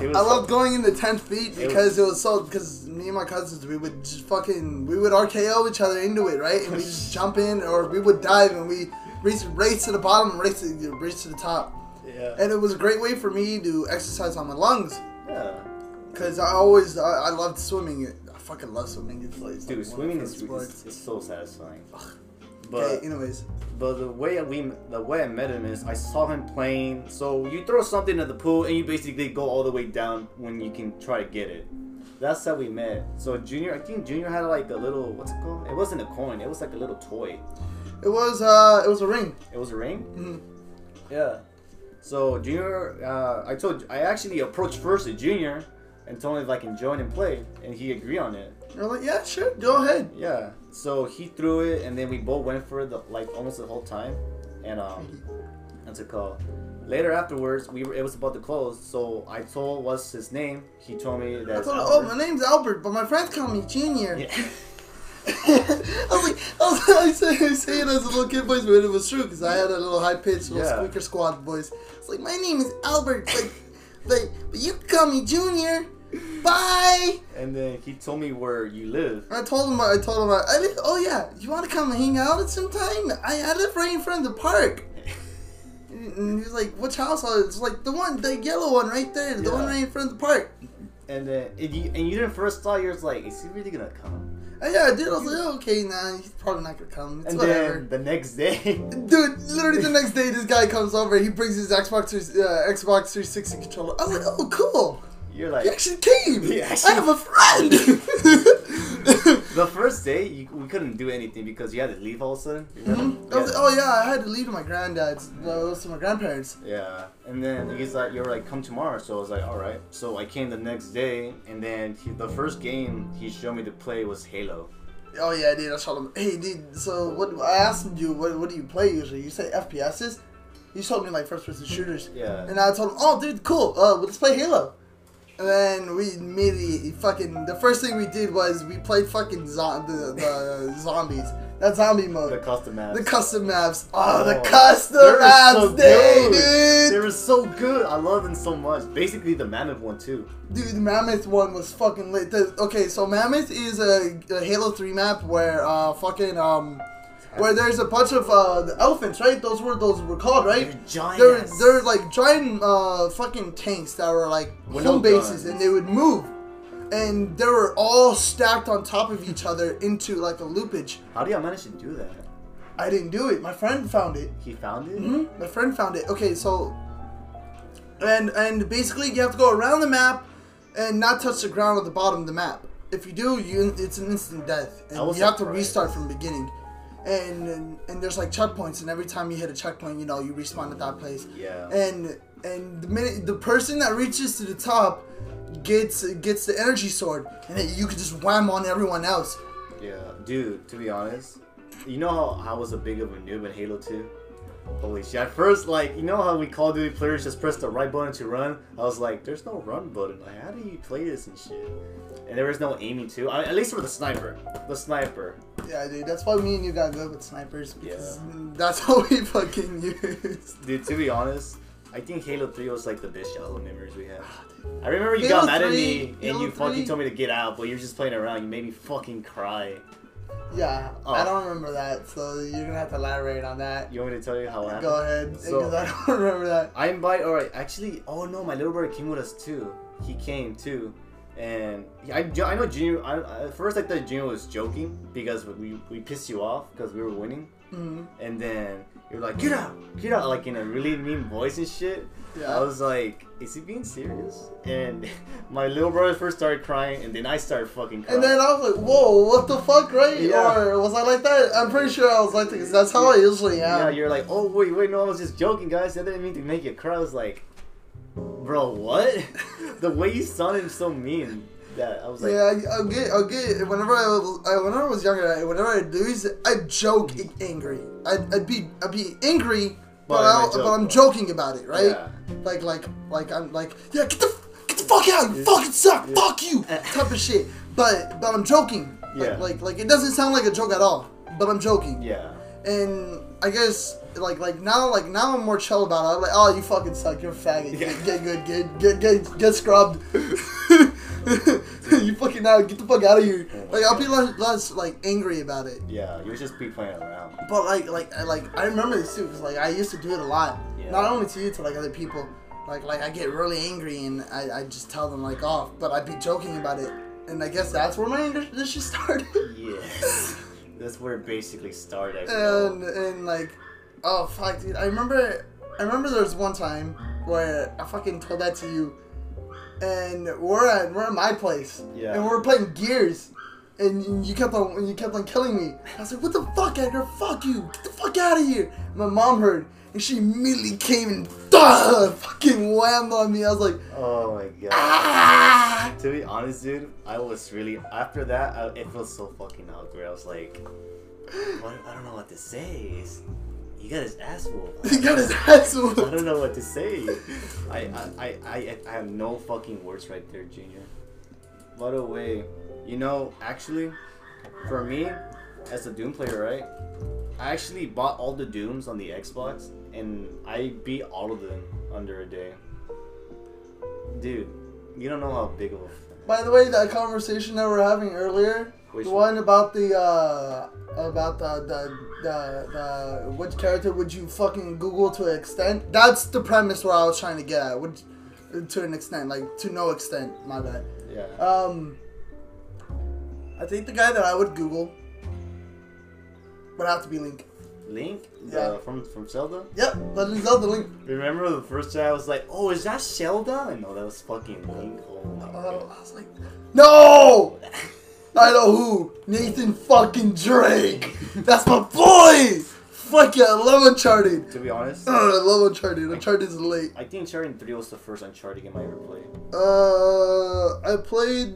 A: It was-
B: I love going in the 10 feet
A: It was-
B: because it was so. Because me and my cousins, we would just fucking. We would RKO each other into it, right? And we just jump in, or we would dive and we race, race to the bottom, race to, race to the top.
A: Yeah.
B: And it was a great way for me to exercise on my lungs.
A: yeah.
B: Because I always, I, I loved swimming. I fucking love swimming. It's like, it's
A: Dude,
B: like one
A: swimming
B: of the
A: is,
B: sports.
A: is, is so satisfying.
B: Okay, anyways,
A: But the way we, the way I met him is, I saw him playing. So you throw something at the pool, and you basically go all the way down when you can try to get it. That's how we met. So junior, I think junior had like a little, what's it called? It wasn't a coin. It was like a little toy.
B: it was uh, it was a ring. Mm-hmm.
A: It was a ring. Yeah. So junior, uh, I told, I actually approached first to junior, and told him if I can join and play, and he agreed on it.
B: You're like, yeah, sure, go ahead.
A: Yeah. So he threw it, and then we both went for the like almost the whole time, and
B: [LAUGHS]
A: um, that's a call. Later afterwards, we were it was about to close, so I told what's his name. He told me that.
B: I
A: it's
B: told her, oh,
A: Albert.
B: my name's Albert, but my friends call me Junior.
A: Yeah.
B: [LAUGHS] I was like, I was [LAUGHS] I say, I say it as a little kid voice, but it was true because I had a little high pitched, little
A: Yeah.
B: squeaker squad voice. It's like, my name is Albert, but, but, but you can call me Junior. Bye.
A: [LAUGHS] and then he told me where you live.
B: [LAUGHS] I told him. I told him. I,
A: [LAUGHS]
B: I did, oh yeah, you want to come hang out at some time? I, I live right in front of the park. And he's like, which house? are It's like the one, the yellow one right there, the one
A: Yeah.
B: right in front of the park.
A: And then and you, and you didn't first saw yours like, is he really gonna come?
B: And Oh, yeah, dude, I was like, okay, nah, he's probably not gonna come. It's
A: And
B: whatever.
A: then the next day, [LAUGHS]
B: Dude, literally the next day, this guy comes over. He brings his Xbox 3, uh, Xbox 360 controller. I was like, oh, cool.
A: you're like,
B: He actually came.
A: He
B: I
A: actually-
B: have a [LAUGHS] friend.
A: the first day you, we couldn't do anything because you had to leave all of a sudden. remember?
B: I was like, oh yeah, I had to leave to my granddad's. No, it was to my grandparents.
A: Yeah, and then he's like, "You're like, come tomorrow." So I was like, "All right." So I came the next day, and then he, the first game he showed me to play was Halo.
B: Oh yeah, dude, I told him, hey, dude. So what? I asked you, what, what do you play usually? You say FPSs. You told me like first-person shooters.
A: Yeah.
B: And I told him, oh, dude, cool. Uh, let's play Halo. And then we immediately fucking. The first thing we did was we played fucking zo- the,
A: [LAUGHS]
B: the zombies. That zombie mode.
A: The custom maps.
B: The custom maps. Oh, the
A: Oh,
B: custom
A: they were
B: maps,
A: so
B: dude,
A: good.
B: dude.
A: They were so good. I love them so much. Basically, the mammoth one too.
B: Dude, the Mammoth one was fucking lit. The- okay, so Mammoth is a, a Halo 3 map where uh fucking um where there's a bunch of uh the elephants, right? Those were those were called, right?
A: They're giant.
B: They're they're like giant uh fucking tanks that were like
A: With
B: home
A: no
B: bases
A: guns.
B: and they would move. And they were all stacked on top of each other into like a loopage.
A: How do y'all manage to do that?
B: I didn't do it. My friend found it.
A: He found it.
B: Mhm, My friend found it. Okay, so and and basically you have to go around the map and not touch the ground at the bottom of the map. If you do, you it's an instant death, and
A: I
B: you
A: was
B: have to
A: surprised.
B: restart from the beginning. And, and and there's like checkpoints, and every time you hit a checkpoint, you know you respawn at that place.
A: Yeah.
B: And and the minute the person that reaches to the top gets gets the energy sword, and then you can just wham on everyone else.
A: Yeah, dude. To be honest, you know how I was a big of a noob in Halo 2. Holy shit! At first, like you know how we Call of Duty players just press the right button to run. I was like, "There's no run button. Like, how do you play this and shit?" And there was no aiming too. I, at least for the sniper. The sniper.
B: Yeah, dude, that's why me and you got good with snipers because
A: Yeah.
B: that's [LAUGHS] what we fucking used.
A: Dude, to be honest, I think Halo 3 was like the best Halo memories we had. I remember you
B: Halo
A: got mad at
B: 3,
A: me and
B: Halo
A: you fucking
B: 3.
A: told me to get out, but you're just playing around. You made me fucking cry.
B: Yeah,
A: Oh.
B: I don't remember that, so you're gonna have to elaborate on that.
A: You want me to tell you how it happened?
B: Go ahead,
A: So-
B: because I don't [LAUGHS] remember that.
A: I invite. All right, actually, oh no, my little brother came with us too. He came too, and he- I, I know Junior. I, I- at first, I thought Junior was joking because we we pissed you off because we were winning,
B: Mhm.
A: and then you're like, get out, get out, like in a really mean voice and shit.
B: Yeah.
A: I was like, is he being serious? And [LAUGHS] my little brother first started crying, and then I started fucking crying.
B: And then I was like, whoa, what the fuck, right?
A: Yeah.
B: Or was I like that? I'm pretty sure I was like that, 'cause that's how I usually am.
A: yeah, you're like, oh wait, wait, no, I was just joking, guys. I didn't mean to make you cry. I was like, bro, what? [LAUGHS] the way you sounded so mean that I was like,
B: [LAUGHS] Yeah, I, I'll get, I'll get. Whenever I, was- I, whenever I was younger, I, whenever I lose, I joke
A: Mm.
B: a- angry. I'd, I'd be, I'd be angry, but,
A: But I
B: I'll,
A: joke
B: but I'm
A: about it.
B: joking about it, right?
A: Yeah.
B: Like, like, like I'm like, yeah, get the, f- get the fuck out, you fucking suck, fuck you, type of shit. But, but I'm joking. Like,
A: Uh, Yeah.
B: like, like it doesn't sound like a joke at all, but I'm joking.
A: yeah,
B: And I guess like like now like now I'm more chill about it. I'm like, oh you fucking suck, you're a faggot. Get, get good, get get get get
A: [LAUGHS]
B: scrubbed. [LAUGHS] you fucking out, get the fuck out of here.
A: Oh my
B: Like I'll be less, less like angry about it.
A: yeah, you were just be playing around.
B: But like like I, like I remember this too because like I used to do it a lot.
A: Yeah.
B: Not only to you to like other people. Like like I get really angry and I, I just tell them like off, but I'd be joking about it. And I guess that's where my anger issue started. [LAUGHS]
A: Yes, that's where it basically started. I
B: and
A: felt.
B: and like oh fuck dude i remember i remember there was one time where i fucking told that to you and we're at we're at my place
A: Yeah.
B: and we're playing gears and, and you kept on and you kept on killing me i was like what the fuck edgar fuck you get the fuck out of here my mom heard and she immediatly came and [LAUGHS] duh, fucking whammed on me i was like
A: oh my god.
B: ah [LAUGHS]
A: To be honest, dude, I was really after that. I, it feels so fucking awkward. I was like, what, I don't know what to say. It's- He got his ass
B: [LAUGHS]
A: whooped.
B: he got his ass whooped.
A: I don't know what to say. I, I, I, I, I have no fucking words right there, Junior. By the way, you know, actually, for me, as a Doom player, right? I actually bought all the Dooms on the Xbox, and I beat all of them under a day. Dude, you don't know how big of a.
B: By the way, that conversation that we are having earlier
A: Which
B: The one about the uh about the the the, the which character would you fucking Google to an extent? That's the premise where I was trying to get at. Which, to an extent, like to no extent. My bad.
A: Yeah.
B: Um, I think the guy that I would Google would have to be Link.
A: Link?
B: yeah.
A: The, from from Zelda?
B: Yep, Legend of Zelda Link.
A: Remember the first time I was like, oh, is that Zelda? And no, that was fucking Link. Oh my
B: Uh,
A: god.
B: I was like, no! I know who. Nathan fucking Drake. That's my boy. Fuck yeah, I love Uncharted.
A: To be honest,
B: Ugh, I love Uncharted. Uncharted is late.
A: I think Uncharted 3 was the first Uncharted game I ever played.
B: Uh, I played,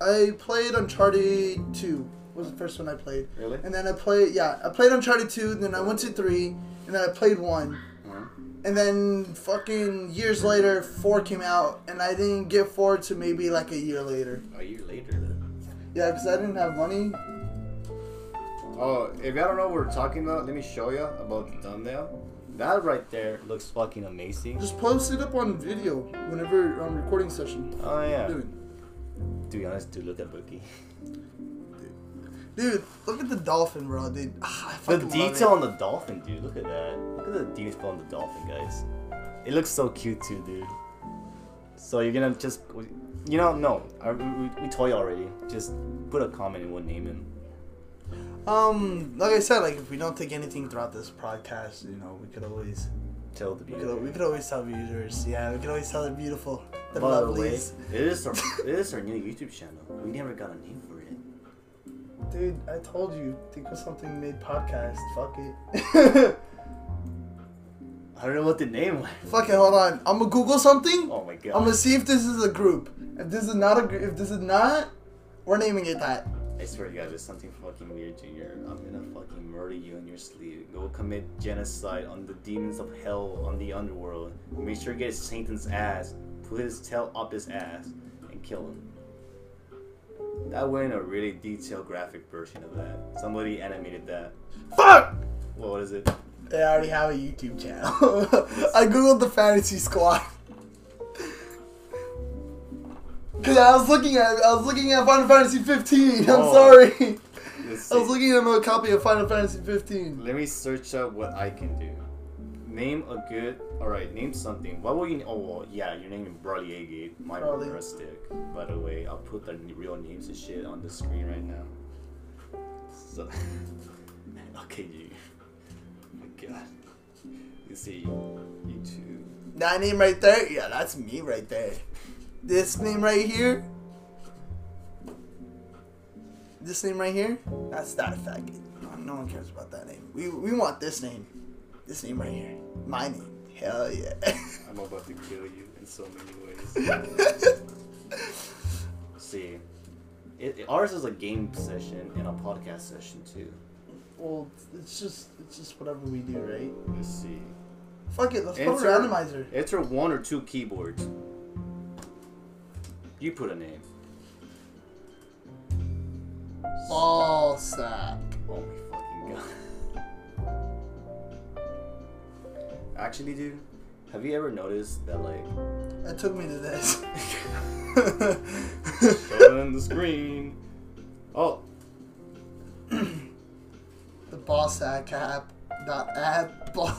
B: I played Uncharted two. Was the first one I played.
A: Really?
B: And then I played, yeah, I played Uncharted two. Then I went to three, and then I played one.
A: Mhm.
B: And then fucking years later, four came out, and I didn't get four to maybe like a year later.
A: A year later.
B: Yeah, because I didn't have money.
A: Oh, if y'all don't know what we're talking about, let me show you about the thumbnail. That right there looks fucking amazing.
B: Just post it up on video whenever um, recording session.
A: Oh yeah.
B: Dude,
A: To be honest, dude, look at [LAUGHS] Bookie.
B: dude, look at the dolphin, bro, dude. Ah, [SIGHS] I
A: The
B: fucking love
A: detail
B: it.
A: on the dolphin, dude. Look at that. Look at the detail on the dolphin, guys. It looks so cute too, dude. So you're gonna just, you know, no, I, we, we- we told you already. Just put a comment and we'll name him.
B: Um, like I said, like if we don't take anything throughout this podcast, you know, we could always,
A: Tell the
B: we could, we
A: beauty.
B: could always tell viewers, yeah, we could always tell the beautiful, the
A: By the way,
B: lovelies.
A: it is our it is our new YouTube channel. We never got a name for it.
B: Dude, I told you, think of something mid podcast. Fuck it.
A: I don't know what the name was.
B: [LAUGHS] Fuck it. Hold on, I'm gonna Google something.
A: Oh my god.
B: I'm gonna see if this is a group. If this is not a, gr- if this is not, we're naming it that.
A: I swear to God, there's something fucking weird, Junior. I'm gonna fucking murder you in your sleep. Go commit genocide on the demons of hell, on the underworld. Make sure you get Satan's ass, put his tail up his ass, and kill him. That went a really detailed graphic version of that. Somebody animated that.
B: Fuck.
A: Well, what is it?
B: I already have a YouTube channel. [LAUGHS] I googled the fantasy squad. [LAUGHS] Cause I was looking at I was looking at Final Fantasy 15. I'm
A: Oh.
B: sorry. [LAUGHS]
A: Let's
B: I was
A: see.
B: looking at a copy of Final Fantasy 15.
A: Let me search up what I can do. Name a good. Alright, name something. What will you. Oh, well, yeah, you're naming Broly Agate. My
B: Broly.
A: brother stick. By the way, I'll put the n- real names and shit on the screen right now. So. [LAUGHS] okay, you. Oh my god. You see, you two.
B: That name right there, yeah, that's me right there. This name right here, this name right here, that's that faggot. No, no one cares about that name. We we want this name, this name right here, my name. Hell yeah. [LAUGHS]
A: I'm about to kill you in so many ways. see, it, it- ours is a game session and a podcast session too.
B: well, it's just it's just whatever we do, right?
A: Let's see.
B: Fuck it, let's put
A: Enter-
B: a randomizer.
A: Enter one or two keyboards. You put a name.
B: Ball sack.
A: Oh my fucking god. Actually, dude, have you ever noticed that, like,
B: That took me to [LAUGHS] this.
A: on the screen? Oh,
B: the ball sack app. Dot app. Ball. [LAUGHS]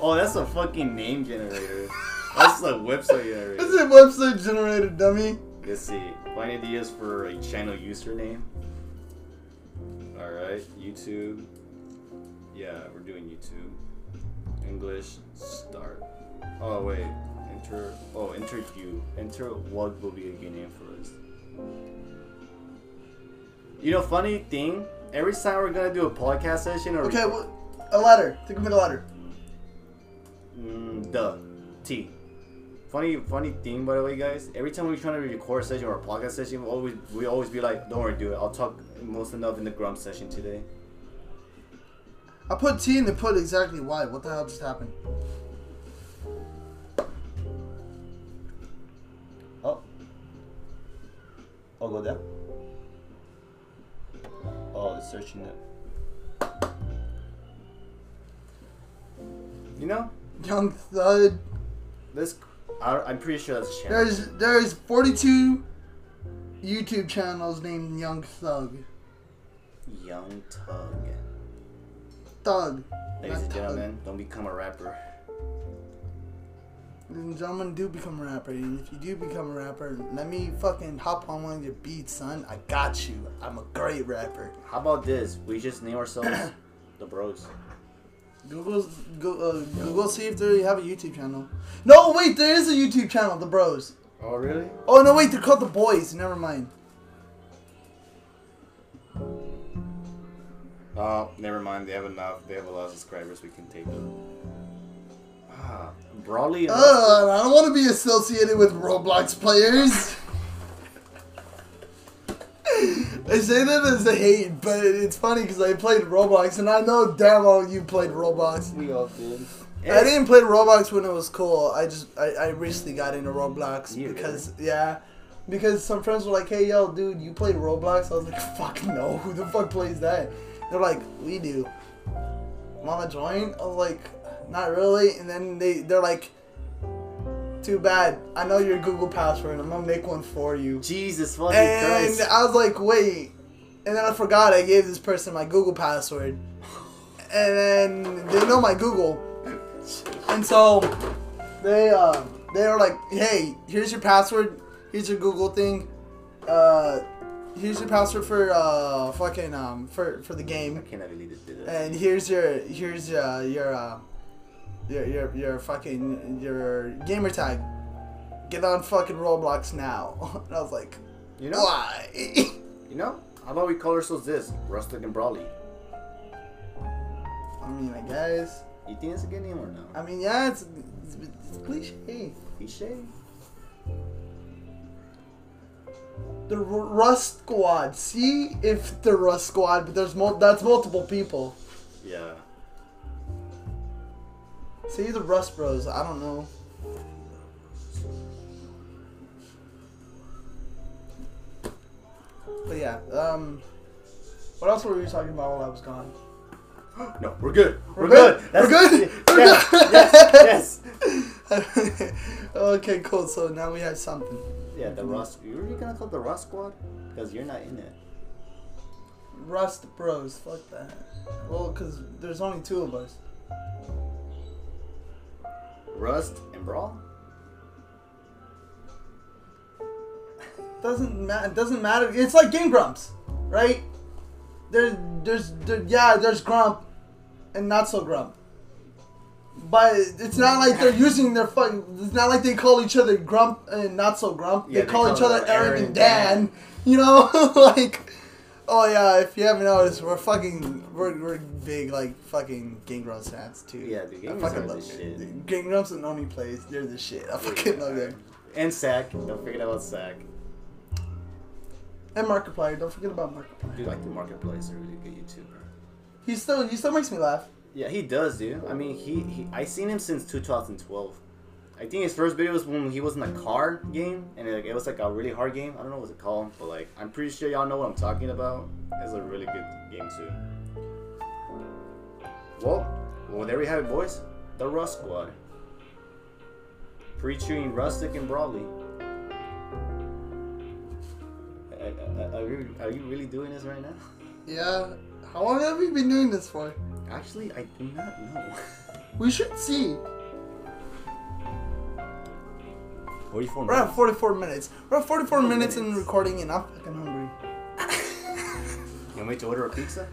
A: oh, that's a fucking name generator. That's a website
B: this
A: generator.
B: is a website generator, dummy.
A: Let's see. Find ideas for a channel username. All right, YouTube. Yeah, we're doing YouTube. English start. Oh wait, enter. Oh, enter you. Enter what will be a good name for us. You know, funny thing. Every time we're gonna do a podcast session or
B: Okay, what? A letter. Think of it a letter.
A: Mm, the T. Funny, funny thing, by the way, guys. Every time we're trying to record a session or a podcast session, we always we always be like, "Don't worry, dude. I'll talk most enough in the grump session today."
B: I put T and they put exactly Y. What the hell just happened?
A: Oh. I'll go down. Oh, it's searching it. You know,
B: Young Thud.
A: this. I, I'm pretty sure that's a channel.
B: There's there's 42 YouTube channels named Young Thug.
A: Young Tug.
B: Thug.
A: Ladies
B: not
A: and
B: Thug.
A: gentlemen, don't become a rapper.
B: Ladies and gentlemen, do become a rapper. And if you do become a rapper, let me fucking hop on one of your beats, son. I got you. I'm a great rapper.
A: How about this? We just name
B: [COUGHS]
A: ourselves the Bros.
B: Google's, go, uh, Google see if they have a YouTube channel. No, wait, there is a YouTube channel, The Bros.
A: Oh really?
B: Oh, no, wait, they're called The Boys. Never mind.
A: Oh, never mind. They have enough. They have a lot of subscribers. We can take them. Ah, broadly enough.
B: Ugh, Uh, I don't want to be associated with Roblox players. [LAUGHS] I say that as a hate, but it's funny because I played Roblox and I know damn well you played Roblox.
A: we all Eh, did.
B: I didn't play Roblox when it was cool. I just I, I recently got into Roblox
A: You did?
B: because yeah, because some friends were like, "Hey yo, dude, you play Roblox?" I was like, [LAUGHS] "Fuck no, who the fuck plays that?" They're like, "We do." Wanna join? I was like, "Not really." And then they they're like, "Too bad. I know your Google password. I'm gonna make one for you."
A: Jesus fucking
B: And
A: Christ.
B: I was like, wait. And then I forgot I gave this person my Google password. And then they know my Google. And so they uh, they were like, hey, here's your password. Here's your Google thing. Uh, here's your password for uh, fucking um, for, for the game.
A: I cannot believe this did it.
B: And here's your here's uh, your uh, your your your fucking your gamer tag. Get on fucking Roblox now. [LAUGHS] And I was like,
A: You know?
B: why?
A: You know? How about we call ourselves this? Rustic and Brawly.
B: [LAUGHS] I mean, I guess.
A: You think it's a good name or no?
B: I mean, yeah, it's, it's, it's cliche.
A: Cliche.
B: The R- Rust Squad. See if the Rust Squad, but there's mul- that's multiple people.
A: Yeah.
B: See the Rust Bros. I don't know. But yeah, um, what else were we talking about while I was gone?
A: [GASPS]
B: [LAUGHS]
A: No, we're good. We're,
B: good.
A: good.
B: We're good. We're
A: yes,
B: good.
A: Yes.
B: [LAUGHS]
A: yes.
B: okay, cool. So now we have something.
A: Yeah, the Rust. You really gonna call it the Rust Squad? Because you're not in it.
B: Rust Bros. Fuck that. Well, cause there's only two of us.
A: Rust and Brawl?
B: doesn't matter. Doesn't matter. It's like Game Grumps, right? There, there's, there, yeah, there's Grump, and not so Grump. But it's not like [LAUGHS] they're using their fucking. It's not like they call each other Grump and not so Grump.
A: Yeah,
B: they, call, each other Eric and Dan.
A: Dan.
B: You know, [LAUGHS] like, oh yeah. If you haven't noticed, we're fucking, we're, we're big like fucking Game Grumps fans too.
A: Yeah, dude, Game
B: I
A: Grumps
B: fucking
A: are
B: love
A: the
B: it.
A: shit.
B: Game Grumps and Oni plays. They're the shit. I [LAUGHS] fucking love them.
A: And Sack. Don't forget about Sack.
B: And Markiplier. Don't forget about Markiplier.
A: Dude, I think Marketplace is a really good YouTuber.
B: He still he still makes me laugh.
A: Yeah, he does, dude. I mean, he, he I seen him since 2012. I think his first video was when he was in a car game, and it, it was like a really hard game. I don't know what it's called, but like I'm pretty sure y'all know what I'm talking about. It's a really good game too. Well, well there we have it, boys. The Rust Squad, featuring Rustic and Brawley. Are, are, you, are you really doing this right now?
B: Yeah. How long have we been doing this for?
A: Actually, I do not know.
B: We should see.
A: 44
B: We're at 44 minutes. We're at 44 minutes in
A: minutes.
B: recording, and I'm fucking hungry.
A: You want me to order a pizza?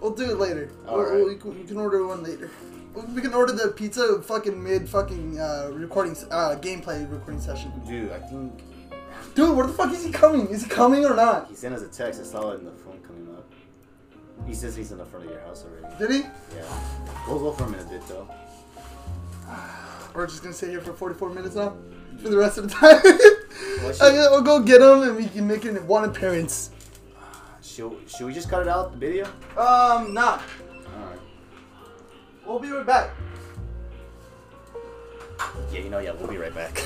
B: We'll do it later.
A: All
B: We'll-
A: right.
B: we, can, we can order one later. We- We can order the pizza fucking mid fucking uh, recording s- uh, gameplay recording session.
A: Dude, I think
B: Dude, where the fuck is he coming? Is he coming or not?
A: he sent us a text. I saw it in the phone coming up. He says he's in the front of your house already.
B: Did he?
A: Yeah. We'll go for a minute, dude, though.
B: We're just gonna sit here for 44 minutes now for the rest of the [LAUGHS] time. okay, we'll go get him and we can make it one appearance.
A: Should, should we just cut it out, the video?
B: Um, nah.
A: Alright.
B: We'll be right back.
A: Yeah, you know, yeah, we'll be right back.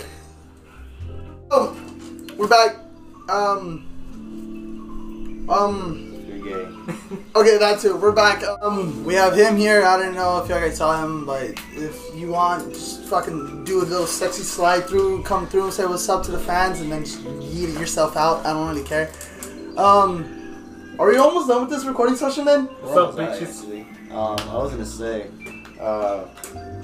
B: Oh, we're back. Um, um,
A: [LAUGHS] You're gay.
B: Okay, that's it. We're back. Um, we have him here. I don't know if you guys saw him, but if you want, just fucking do a little sexy slide through, come through and say what's up to the fans, and then just yeet it yourself out. I don't really care. Um, are we almost done with this recording session then?
A: Where was
C: So,
A: I,
C: bitches.
A: actually? Um, I was gonna say, uh,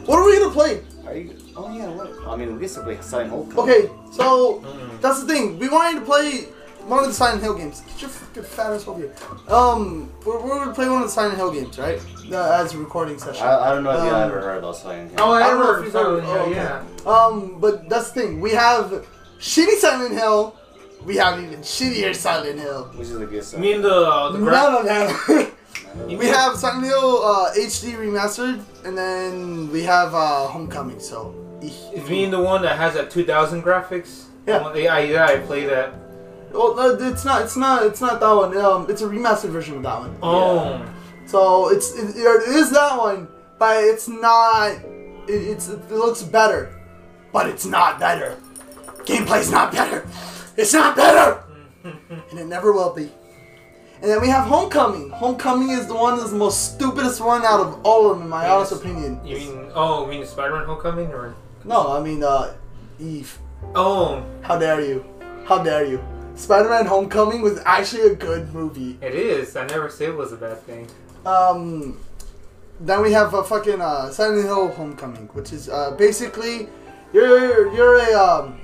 B: What are we gonna play?
A: are you? Oh yeah, what? I mean, we used to play Silent Hill.
B: Okay, so that's the thing. We wanted to play one of the Silent Hill games. Get your fucking fat ass over here. Um, we're, we're gonna play one of the Silent Hill games, right? Uh, as a recording session.
A: I, I don't know if you
B: Um,
A: ever heard about Silent Hill.
C: Oh, I,
B: I don't know if
C: heard.
B: you've
C: so,
B: heard-
C: yeah,
B: oh, okay.
C: yeah.
B: Um, but that's the thing. We have shitty Silent Hill. We have even shittier Silent Hill.
A: Which is a good
C: I
A: song.
C: mean the uh, the graph.
B: None of them. [LAUGHS]
A: I
B: we have Silent Hill uh, HD remastered, and then we have uh, Homecoming. So,
C: You mean the one that has that 2000 graphics?
B: Yeah.
C: The one- yeah, I- yeah, I play that.
B: well, no, it's not. It's not. It's not that one. Um, it's a remastered version of that one.
C: Oh.
B: So it's it, it is that one, but it's not. It, it's it looks better, but it's not better. Gameplay's not better. It's not
C: [LAUGHS]
B: better, and it never will be. And then we have Homecoming. Homecoming is the one that's the most stupidest one out of all of them, in my honest opinion.
C: You mean oh, you mean Spider-Man Homecoming or?
B: No, I mean uh, Eve.
C: Oh,
B: How dare you? How dare you? Spider-Man: Homecoming was actually a good movie.
C: it is. I never said it was a bad thing.
B: Um, then we have a fucking uh, Silent Hill Homecoming, which is uh, basically you're you're a um,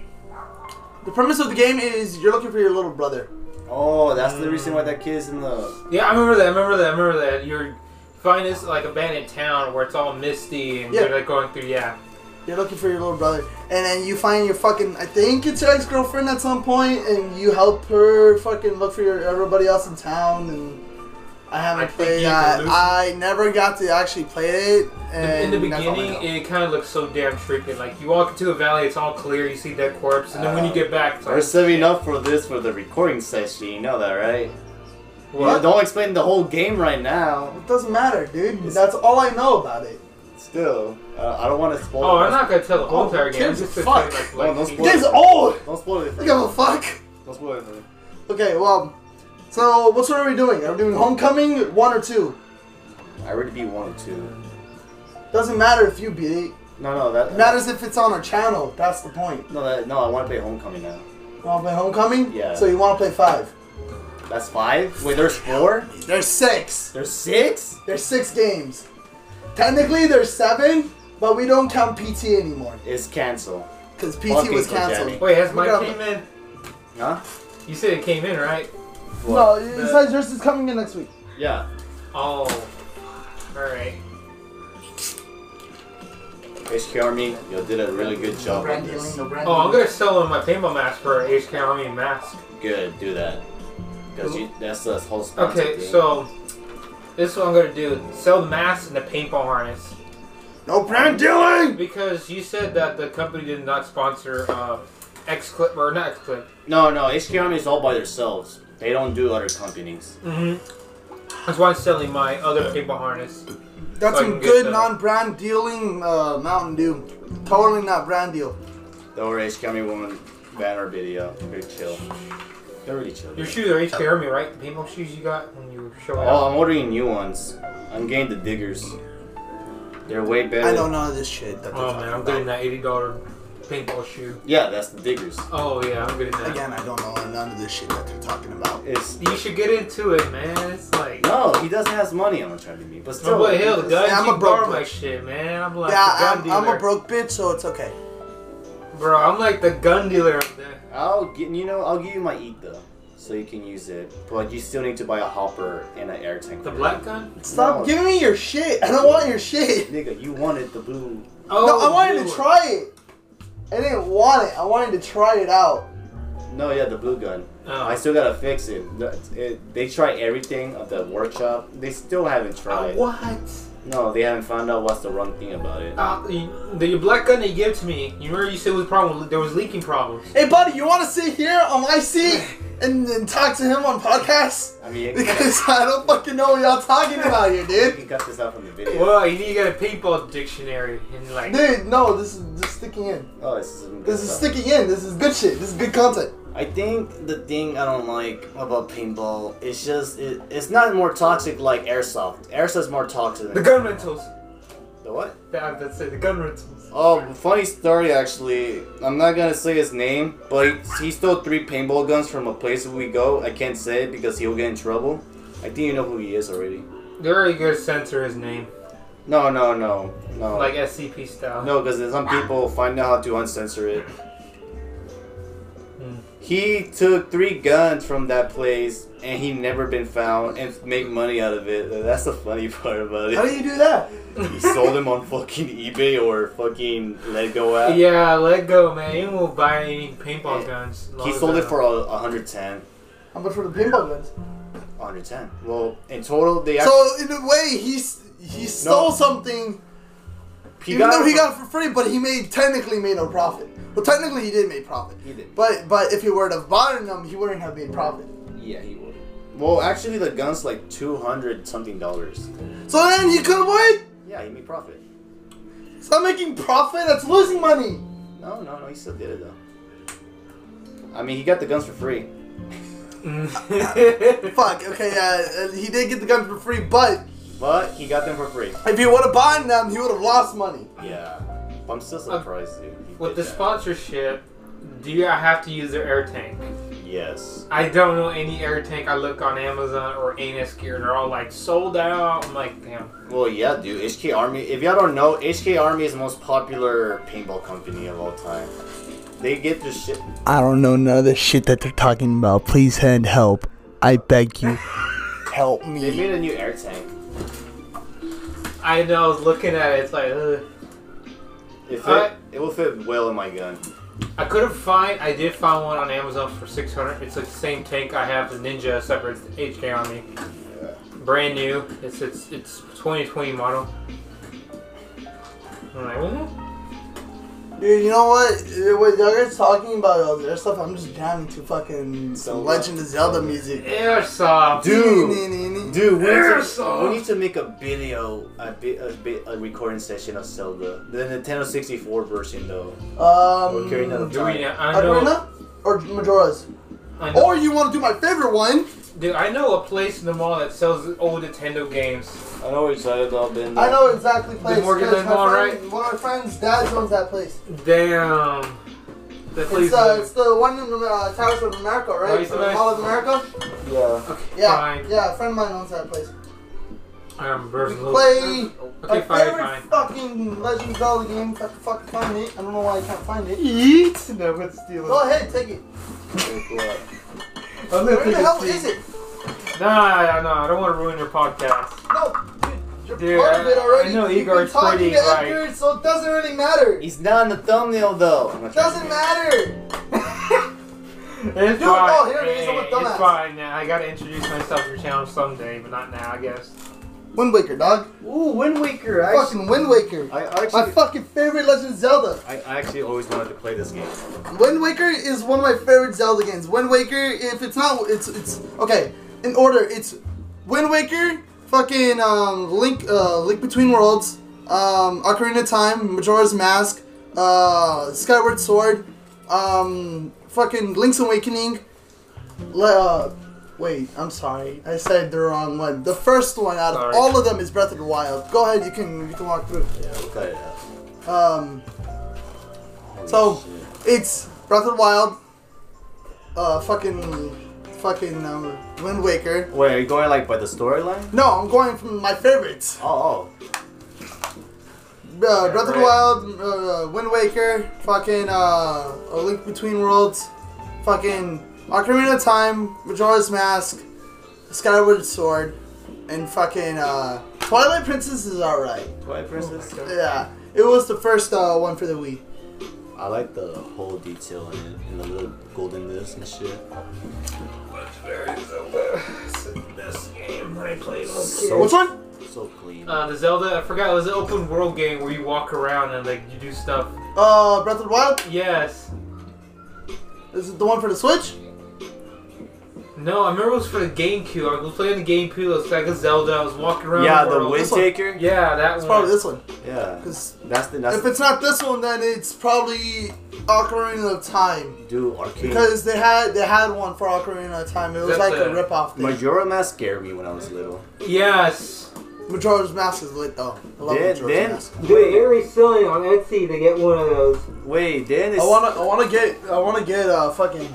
B: the premise of the game is you're looking for your little brother.
A: Oh, that's the reason why that kid's in the.
C: Yeah, I remember that. I remember that. I remember that. You're find this like abandoned town where it's all misty and
B: Yeah.
C: you're like going through. Yeah.
B: You're looking for your little brother, and then you find your fucking I think it's your ex girlfriend at some point, and you help her fucking look for your, everybody else in town. And I haven't
C: I think
B: played
C: you can
B: that.
C: lose-
B: I never got to actually play it. And
C: In the
B: that's all I know.
C: beginning, it kind of looks so damn creepy. Like you walk into a valley, it's all clear. You see dead corpse, and then
B: Uh,
C: when you get back, it's
A: We're
C: like,
A: saving up for this for the recording session. You know that, right? Well,
B: Yeah.
A: don't explain the whole game right now.
B: it doesn't matter, dude. That's all I know about it.
A: Still, uh, I don't want to spoil.
C: Oh,
A: it.
C: I'm not gonna tell the
B: Oh,
C: whole entire game. I'm
B: kids, Oh,
C: just gonna tell you,
B: fuck.
C: like,
A: No,
C: like,
A: don't
C: the-
A: spoil
B: This is old.
A: Don't spoil it. For
B: I
A: me.
B: give a fuck.
A: Don't spoil it. For me.
B: Okay, well, so what sort are we doing? Are we doing Homecoming one or two?
A: I already beat one or two.
B: Doesn't matter if you beat it.
A: No, no, that.
B: It matters if it's on our channel. That's the point.
A: No, that, no. I want to play Homecoming now.
B: You want to play Homecoming?
A: Yeah.
B: So you want to play five?
A: That's five. Wait, there's four.
B: There's six.
A: There's six.
B: There's six games. Technically, there's seven, but we don't count PT anymore
A: It's cancel.
B: because PT
A: Fucking
B: was
A: go, Jamie.
B: canceled.
C: Wait, has
B: Look
C: mine
B: up.
C: came in?
A: Huh?
C: You said it came in, right?
B: No,
A: What?
B: it says yours is coming in next week.
A: Yeah.
C: Oh, all right.
A: HK Army, you did a really good job on this.
C: Oh, I'm gonna sell on my paintball mask for a HK Army mask.
A: Good, do that. Because you, that's the whole sponsor
C: Okay,
A: thing.
C: so this is what I'm gonna do: sell the mask and the paintball harness.
B: No brand dealing.
C: Because you said that the company did not sponsor uh, X Clip or not X Clip.
A: No, no, HK Army is all by themselves. They don't do other companies.
C: That's why I'm selling my other paintball harness.
B: That's
C: So I
B: some
C: can get
B: good
C: the-
B: non-brand dealing uh, Mountain Dew. Totally not brand deal.
A: Don't worry, HK Army won't ban our video. They're chill. They're really chill.
C: Your shoes are HK Army, right? The paintball shoes you got when you were showing
A: Oh,
C: up.
A: I'm ordering new ones. I'm getting the diggers. They're way better.
B: I know none of this shit. That they're
C: Oh
B: talking
C: man, I'm
B: about.
C: getting that eighty dollar paintball shoe.
A: Yeah, that's the diggers.
C: Oh yeah, I'm getting that.
B: Again, I don't know none of this shit that they're talking about.
A: It's
C: You should get into it, man. It's like.
A: no, he doesn't have money. I'm not trying to be mean, but
C: Oh,
A: still.
C: but hell, the guy
B: I'm a
C: keep
B: broke
C: borrowing
B: dude.
C: my shit, man. I'm like
B: yeah,
C: the gun
B: I'm,
C: dealer.
B: I'm a broke bitch, so it's okay.
C: Bro, I'm like the gun dealer up there.
A: I'll get you know I'll give you my eat though, so you can use it. But you still need to buy a hopper and an air tank.
C: The
A: for it.
C: black gun?
B: Stop
A: No.
B: giving me your shit. I don't want your shit.
A: Nigga, you wanted the blue.
C: Oh,
B: no, I wanted
C: dude.
B: to try it. I didn't want it. I wanted to try it out.
A: No, yeah, the blue gun.
C: Oh.
A: I still gotta fix it. The- it- They try everything at the workshop. They still haven't
C: Uh,
A: tried.
C: what?
A: No, they haven't found out what's the wrong thing about it.
C: Uh, you- the black gun that you gave to me, you remember you said was a problem. There was leaking problems.
B: Hey, buddy, you want to sit here on my seat? and, and talk to him on [LAUGHS] podcasts?
A: I mean,
B: Because I don't fucking know what y'all talking about here,
A: you
B: dude.
A: can cut this out from the video.
C: Well, you need to get a paintball dictionary and like.
B: Dude, no, this is just sticking in.
A: Oh, this is some good
B: This is
A: stuff.
B: sticking in. This is good shit. This is good content.
D: I think the thing I don't like about paintball is just it, it's not more toxic like airsoft. Airsoft's more toxic.
C: The
D: Than
C: gun rentals.
D: the what?
C: That, that's it. The gun rentals.
A: Oh, funny story actually. I'm not gonna say his name, but he, he stole three paintball guns from a place where we go. I can't say it because he'll get in trouble. I think you know who he is already.
C: They're already gonna censor his name,
A: No, no, no, no.
C: like SCP style.
A: No, because some people find out how to uncensor it.
C: Hmm.
A: He took three guns from that place, and he never been found, and make money out of it. That's the funny [LAUGHS] part about
B: How
A: it.
B: do you do that?
A: He sold them on fucking eBay or fucking Let Go app.
C: Yeah, let go, man. You won't buy any paintball guns.
A: He sold it for a 110.
B: How much for the pinball guns?
A: 110. Well, in total, they actually
B: So in a way, he's he stole something, even though he got it for free, but he made technically made no profit. Well, technically he did make profit.
A: He did.
B: But but if he were to have bought them, he wouldn't have made profit.
A: Yeah, he would. Well, actually, the gun's like 200 something dollars.
B: So then he could have won.
A: Yeah, he made profit.
B: It's not making profit. That's losing money.
A: No, no, no, he still did it though. I mean, he got the guns for free.
C: [LAUGHS]
A: [LAUGHS]
C: for.
B: Fuck. Okay. Yeah, uh, he did get the gun for free, but
A: But he got them for free.
B: if he would have bought them, he would have lost money.
A: Yeah. I'm still surprised, dude. he
C: With the
A: did that.
C: sponsorship, do you have to use their air tank?
A: Yes.
C: I don't know any air tank I look on Amazon or anus gear. They're all like sold out. I'm like, damn.
A: Well, yeah, dude. HK Army. If y'all don't know, HK Army is the most popular paintball company of all time. They get this shit.
B: I don't know none of the shit that they're talking about. Please hand help. I beg you. help
A: They made a new air tank.
C: I know. I was looking at it. It's like, ugh.
A: It fit,
C: I-
A: it will fit well in my gun.
C: I couldn't find. I did find one on Amazon for 600. It's like the same tank I have the Ninja, except for it's the HK on me. Brand new. It's it's it's 2020 model. I'm like, "Hmm?"
B: Dude, you know what? Uh, What y'all guys talking about all their stuff? I'm just jamming to fucking some
A: Zelda.
B: Legend of Zelda music.
C: airsoft.
A: Dude. Dude, we need, to,
C: Airsoft.
A: we need to make a video, a bit, a bit, a recording session of Zelda, the Nintendo 64 version though.
B: Um,
A: Ocarina of
C: Do we,
A: Time.
C: I know,
B: Ocarina or Majora's?
C: I know,
B: Or you want to do my favorite one?
C: dude, I know a place in the mall that sells old Nintendo games.
A: I know we're excited about been.
B: I know exactly place.
C: Morgan
B: 'cause my
C: Mall,
B: friend- One of my friends' dad owns that place.
C: Damn. That place.
B: It's, uh, it's the one in uh, Towers of America,
C: Oh,
B: right?
C: it's
B: The
C: nice.
B: Mall of America.
A: Yeah.
C: okay,
B: Yeah,
C: fine.
B: yeah. A friend of mine owns that place.
C: Um,
B: We
C: versus
B: play
C: Okay,
B: my
C: fine,
B: favorite
C: fine.
B: fucking Legend of Zelda game. If I can fucking find it, I don't know why I can't find it.
C: Yeet. No, let's steal
B: Go ahead, take it. Where the hell is it?
C: Oh, Nah, nah, nah, I don't want to ruin
B: [LAUGHS]
C: your podcast.
B: No, dude, you're
C: Dude,
B: part of it
C: I-
B: already.
C: I know
B: You've
C: Igor's
B: been talking
C: pretty,
B: to
C: like-
B: Edgar, so it doesn't really matter.
A: He's not in the thumbnail though. I'm not trying to
B: doesn't
A: be-
B: matter.
C: It's
B: No, no,
C: fine.
B: here it is, I'm a
C: Hey,
B: dumbass.
C: It's fine. Nah, I gotta introduce myself to your channel someday, but not now, I guess.
B: Wind Waker, dog.
A: Ooh, Wind Waker. I actually,
B: Fucking Wind Waker.
A: I actually,
B: My fucking favorite Legend of Zelda.
A: I I actually always wanted to play this game.
B: Wind Waker is one of my favorite Zelda games. Wind Waker, if it's not, it's it's okay. In order, it's Wind Waker, fucking um, Link, uh, Link Between Worlds, um, Ocarina of Time, Majora's Mask, uh, Skyward Sword, um, fucking Link's Awakening. Le- uh, wait, I'm sorry, I said the wrong one. The first one out of
C: Sorry.
B: all of them is Breath of the Wild. Go ahead, you can you can walk through.
A: Yeah, we'll cut it out.
B: Um,
A: Holy
B: So
A: shit.
B: it's Breath of the Wild, uh, fucking, fucking um, Wind Waker.
A: wait, are you going like by the storyline?
B: No, I'm going from my favorites:
A: Oh, oh.
B: uh, Breath of the
C: right.
B: Wild, uh, Wind Waker, fucking uh, A Link Between Worlds, fucking Ocarina of Time, Majora's Mask, Skyward Sword, and fucking uh, Twilight Princess is alright.
A: Twilight Princess.
B: Yeah, it was the first uh, one for the Wii.
A: I like the whole detail in it, and the little golden disc and shit.
C: This game I played
A: So,
B: Which one?
A: so clean.
C: Uh, the Zelda, I forgot, it was an open world game where you walk around and like you do stuff.
B: Uh, Breath of the Wild.
C: Yes.
B: Is it the one for the Switch?
C: No, I remember it was for the GameCube. I was playing the GameCube. It was like a Zelda. I was walking around.
E: Yeah,
C: the
E: the
B: Wind
C: world.
E: Wind
B: This one.
E: Taker.
C: Yeah, that
B: It's
C: one.
B: probably this one.
E: Yeah,
B: 'Cause
E: that's the that's
B: If it's not this one, then it's probably Ocarina of Time.
E: do arcade.
B: Because they had they had one for Ocarina of Time. It was
C: That's
B: like a
C: a-
B: ripoff thing.
E: Majora Mask scared me when I was little.
C: Yes.
B: Majora's Mask is lit though. I love
E: Then,
B: Majora's
E: then,
B: Mask.
C: Dude, it was silly on Etsy to get one of those.
E: wait, then
B: I
E: it's
C: Oh,
B: wanna I wanna get I wanna get uh fucking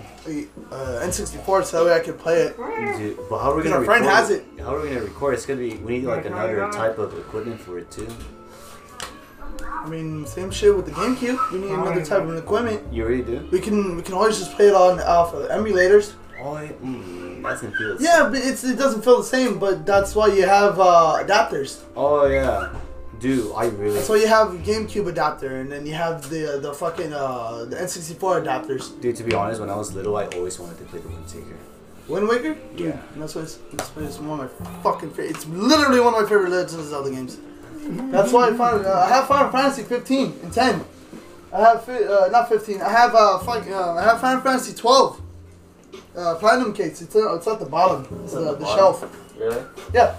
B: uh, N64 so that way I can play it.
E: Dude, but how are we
B: Because
E: gonna
B: our
E: record?
B: friend has it.
E: How are we gonna record? It's gonna be we need like another type of equipment for it too.
B: I mean, same shit with the GameCube. We need another type of equipment.
E: You already do?
B: We can we can always just play it on alpha emulators.
E: Oh, I, mm, that's in fields.
B: Yeah, but it's it doesn't feel the same. But that's why you have uh, adapters.
E: Oh yeah. Dude, I really.
B: That's why you have GameCube adapter, and then you have the the fucking uh, the N64 adapters.
E: Dude, to be honest, when I was little, I always wanted to play the Wind Taker.
B: Wind Waker. Dude,
E: Yeah.
B: That's why it's, that's why it's one of my fucking favorite. It's literally one of my favorite Legend of Zelda games. That's why I found uh, I have Final Fantasy 15 and 10. I have fi- uh, not 15. I have uh, fuck, uh I have Final Fantasy 12. Uh, Platinum case. It's, uh, it's at the bottom. It's, uh,
E: at the
B: the,
E: bottom.
B: shelf.
F: Really?
B: Yeah.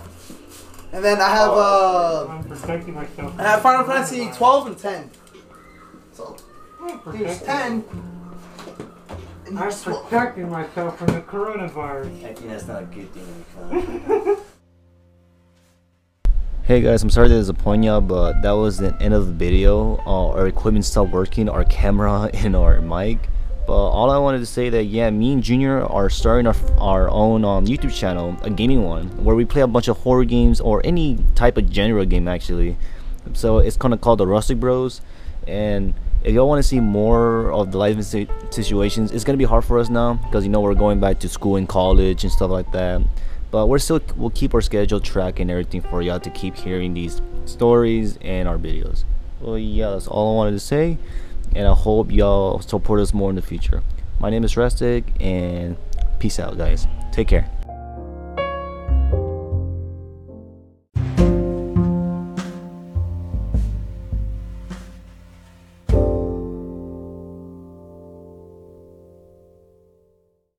B: And then I have uh,
G: I'm protecting myself.
B: I have Final Fantasy 12 and 10. So
G: I'm
B: there's
G: protecting-
B: 10. And
G: I'm
B: there's 12.
G: protecting myself from the coronavirus.
F: I think that's not a good thing.
A: [LAUGHS] Hey guys, I'm sorry to disappoint you, but that was the end of the video. Uh, our equipment stopped working, our camera [LAUGHS] and our mic. But all I wanted to say that yeah, me and Junior are starting our, our own um, YouTube channel, a gaming one, where we play a bunch of horror games or any type of genre game actually. So it's kind of called the Rustic Bros. And if y'all want to see more of the life si- situations, it's gonna be hard for us now because you know we're going back to school and college and stuff like that. But we're still we'll keep our schedule track and everything for y'all to keep hearing these stories and our videos. Well, yeah, that's all I wanted to say, and I hope y'all support us more in the future. My name is Rustic, and peace out, guys. Take care.